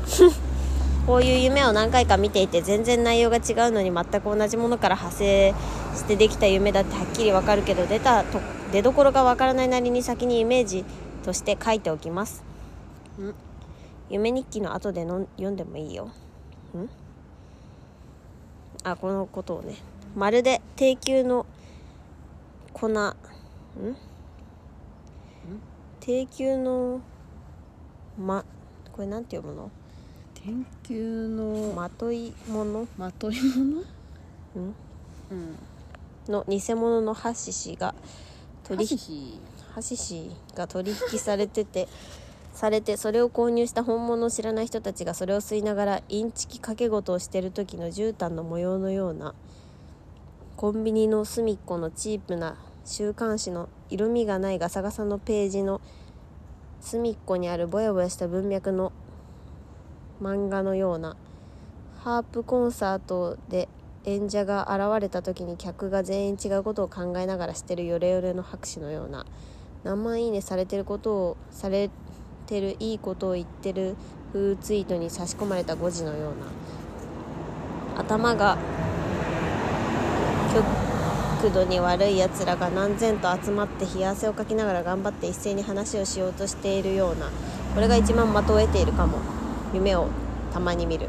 Speaker 2: こういう夢を何回か見ていて全然内容が違うのに全く同じものから派生してできた夢だってはっきりわかるけど出たと出どころがわからないなりに先にイメージとして書いておきます
Speaker 3: ん
Speaker 2: 夢日記の後でのん読んでもいいよんあこのことをねまるで低級の粉ん低級のまこれなんて読むの
Speaker 3: 天球の
Speaker 2: まといもの
Speaker 3: まといもの
Speaker 2: うん
Speaker 3: うん
Speaker 2: の偽物のハシシが取
Speaker 3: 取
Speaker 2: 引
Speaker 3: 引
Speaker 2: ハシシが取引されててされてそれを購入した本物を知らない人たちがそれを吸いながらインチキ掛け事をしてる時の絨毯の模様のようなコンビニの隅っこのチープな週刊誌の色味がないガサガサのページの隅っこにあるぼやぼやした文脈の漫画のようなハープコンサートで演者が現れた時に客が全員違うことを考えながらしてるヨレヨレの拍手のような何万いいねされてることをされてるいいことを言ってる風ツイートに差し込まれた5時のような頭が極度に悪いやつらが何千と集まって冷や汗をかきながら頑張って一斉に話をしようとしているようなこれが一番的を得ているかも夢をたまに見る。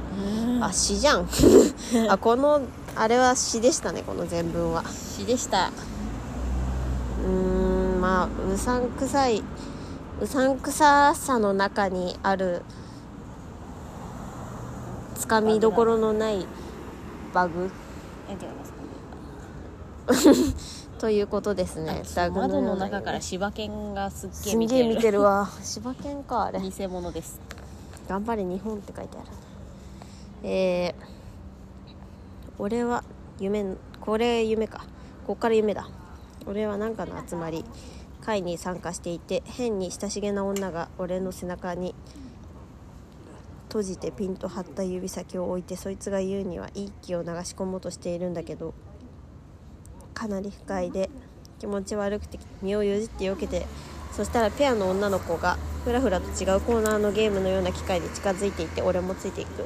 Speaker 2: あ詩じゃんあこのあれは詩でしたねこの全文は
Speaker 3: 死でした
Speaker 2: うーんまあうさんくさいうさんくささの中にあるつかみどころのないバグ
Speaker 3: え違います
Speaker 2: ということですねバグ
Speaker 3: 窓
Speaker 2: よ
Speaker 3: の
Speaker 2: うな
Speaker 3: 中から柴犬がすっげえ
Speaker 2: すん
Speaker 3: 見
Speaker 2: げ
Speaker 3: て
Speaker 2: え
Speaker 3: る
Speaker 2: 見てるわ柴犬かあれ
Speaker 3: 偽物です
Speaker 2: 頑張れ日本って書いてあるえー、俺は夢これ夢かこっから夢だ俺は何かの集まり会に参加していて変に親しげな女が俺の背中に閉じてピンと張った指先を置いてそいつが言うにはいい気を流し込もうとしているんだけどかなり不快で気持ち悪くて身をよじって避けてそしたらペアの女の子がふらふらと違うコーナーのゲームのような機械で近づいていって俺もついていく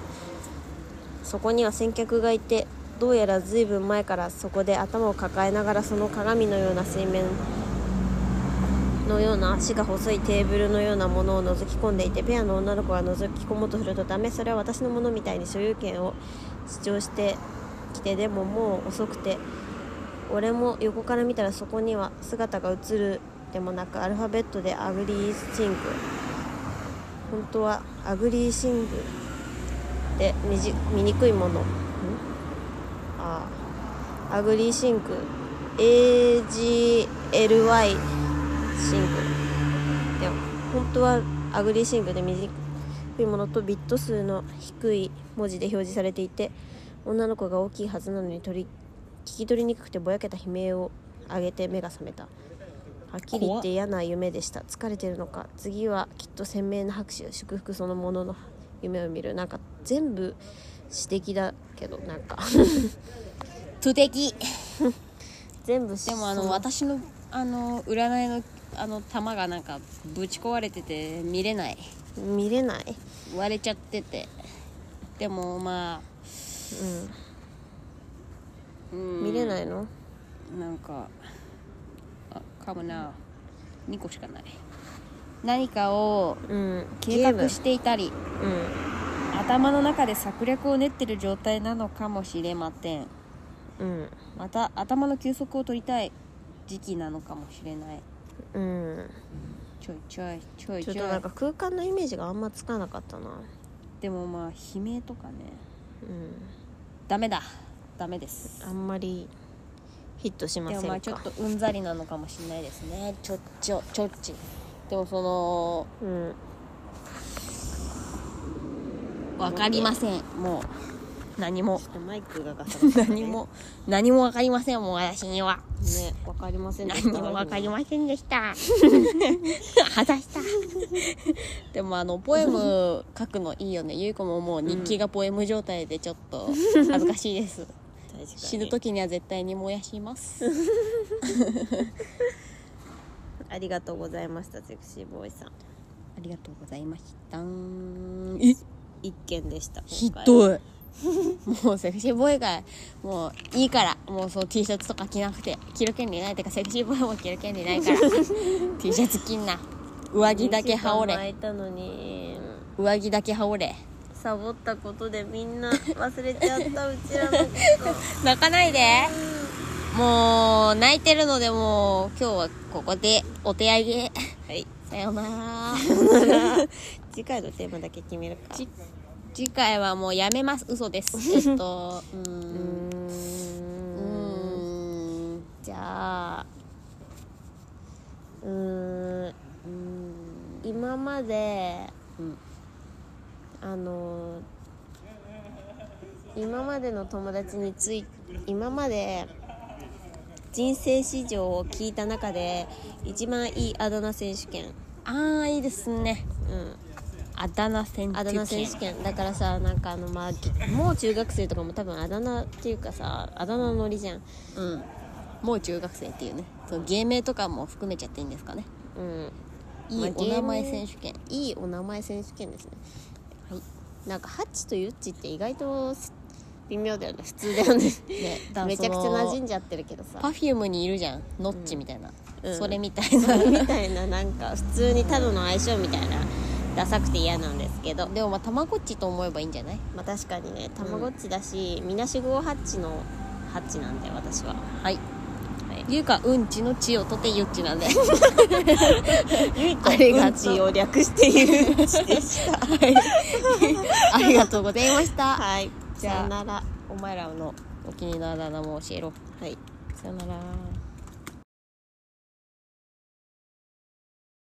Speaker 2: そこには先客がいてどうやら随分前からそこで頭を抱えながらその鏡のような水面のような足が細いテーブルのようなものを覗き込んでいてペアの女の子が覗き込もうとするとダメそれは私のものみたいに所有権を主張してきてでももう遅くて俺も横から見たらそこには姿が映るでもなくアルファベットでアグリーシング本当はアグリーシングでみじ醜いものんああアグリーシング AGLY シングで本当はアグリーシングで短いものとビット数の低い文字で表示されていて女の子が大きいはずなのに取り聞き取りにくくてぼやけた悲鳴を上げて目が覚めたはっきり言って嫌な夢でした疲れてるのか次はきっと鮮明な拍手祝福そのものの夢を見るなんか全部指摘だけどなんか
Speaker 3: 不敵
Speaker 2: 全部指摘
Speaker 3: でもあの私のあの占いのあの玉がなんかぶち壊れてて見れない
Speaker 2: 見れない
Speaker 3: 割れちゃっててでもまあ、うん、
Speaker 2: 見れないの、
Speaker 3: なんかあかもな2個しかない何かを
Speaker 2: うん、
Speaker 3: 計画していたり
Speaker 2: ゲーム
Speaker 3: 頭の中で策略を練ってる状態なのかもしれません
Speaker 2: うん
Speaker 3: また頭の休息を取りたい時期なのかもしれない
Speaker 2: うん
Speaker 3: ちょいちょいちょい
Speaker 2: ち
Speaker 3: ち
Speaker 2: ょ
Speaker 3: ょ
Speaker 2: っと
Speaker 3: い
Speaker 2: なんか空間のイメージがあんまつかなかったな
Speaker 3: でもまあ悲鳴とかね
Speaker 2: うん
Speaker 3: ダメだダメです
Speaker 2: あんまりヒットしま
Speaker 3: で
Speaker 2: せん
Speaker 3: も
Speaker 2: か
Speaker 3: まあちょっとうんざりなのかもしれないですねちょっちょちょっちでもその
Speaker 2: うん
Speaker 3: 分かりませんもう何も
Speaker 2: ちょっとマイクがガサ ガサだね
Speaker 3: 何も何も分かりませんもう私には
Speaker 2: ねわかりませんでし
Speaker 3: 何
Speaker 2: た
Speaker 3: も分かりませんでした果たしたでもあのポエム書くのいいよねゆい子ももう日記がポエム状態でちょっと恥ずかしいです
Speaker 2: 確かに
Speaker 3: 死ぬ時には絶対に燃やします
Speaker 2: ありがとうございましたセクシーボーイさん
Speaker 3: ありがとうございましたえ
Speaker 2: 一件でした
Speaker 3: ひ
Speaker 2: 今回
Speaker 3: どいもうセクシーボーイがもういいからもうそう T シャツとか着なくて着る権利ないてかセクシーボーイも着る権利ない から T シャツ着んな上着だけ羽織
Speaker 2: 一時間空
Speaker 3: れ
Speaker 2: いたのに
Speaker 3: 上着だけ羽織れ
Speaker 2: サボったことでみんな忘れちゃったうちらのこ
Speaker 3: 泣かないでもう泣いてるのでもう今日はここでお手上げ
Speaker 2: とはい
Speaker 3: さよう なら
Speaker 2: 次回のテーマだけ決めるか
Speaker 3: ち次回はもうやめます嘘 ですえっとう
Speaker 2: うー
Speaker 3: ーんうー
Speaker 2: ん
Speaker 3: んじゃあ
Speaker 2: うーん今まで、
Speaker 3: うん
Speaker 2: あのー今までの友達につい今まで人生史上を聞いた中で一番いいあだ名選手権、
Speaker 3: ああいいですね
Speaker 2: うん、
Speaker 3: あだ名選手権
Speaker 2: あだ名選手権だからさなんかあのまあぎもう中学生とかも多分あだ名っていうかさあだ名のりじゃん、
Speaker 3: うんもう中学生っていうねその芸名とかも含めちゃっていいんですかね
Speaker 2: うん、
Speaker 3: い
Speaker 2: まあ
Speaker 3: いお名前選手権
Speaker 2: いいお名前選手権ですね
Speaker 3: はい
Speaker 2: なんかハッチとユッチって意外と微妙だよね普通だよね
Speaker 3: ねだから
Speaker 2: めちゃくちゃ
Speaker 3: その
Speaker 2: 馴染んじゃってるけどさ
Speaker 3: パフュームにいるじゃんノッチみたいな、
Speaker 2: うん
Speaker 3: それみたいな、
Speaker 2: みたいななんか普通にただの相性みたいなダサくて嫌なんですけど
Speaker 3: でもまあたまごっちと思えばいいんじゃない
Speaker 2: まあ確かにねたまごっちだし、みなしごハッチのハッチなんで私は
Speaker 3: はいゆうかうんちのちをとてよっち なんで
Speaker 2: あれがちを略しているでした
Speaker 3: ありがとうございました、
Speaker 2: はいじ
Speaker 3: じゃあ
Speaker 2: ゃあなら
Speaker 3: お前らのお気に入りのあだ名も教えろ
Speaker 2: はい
Speaker 3: さよなら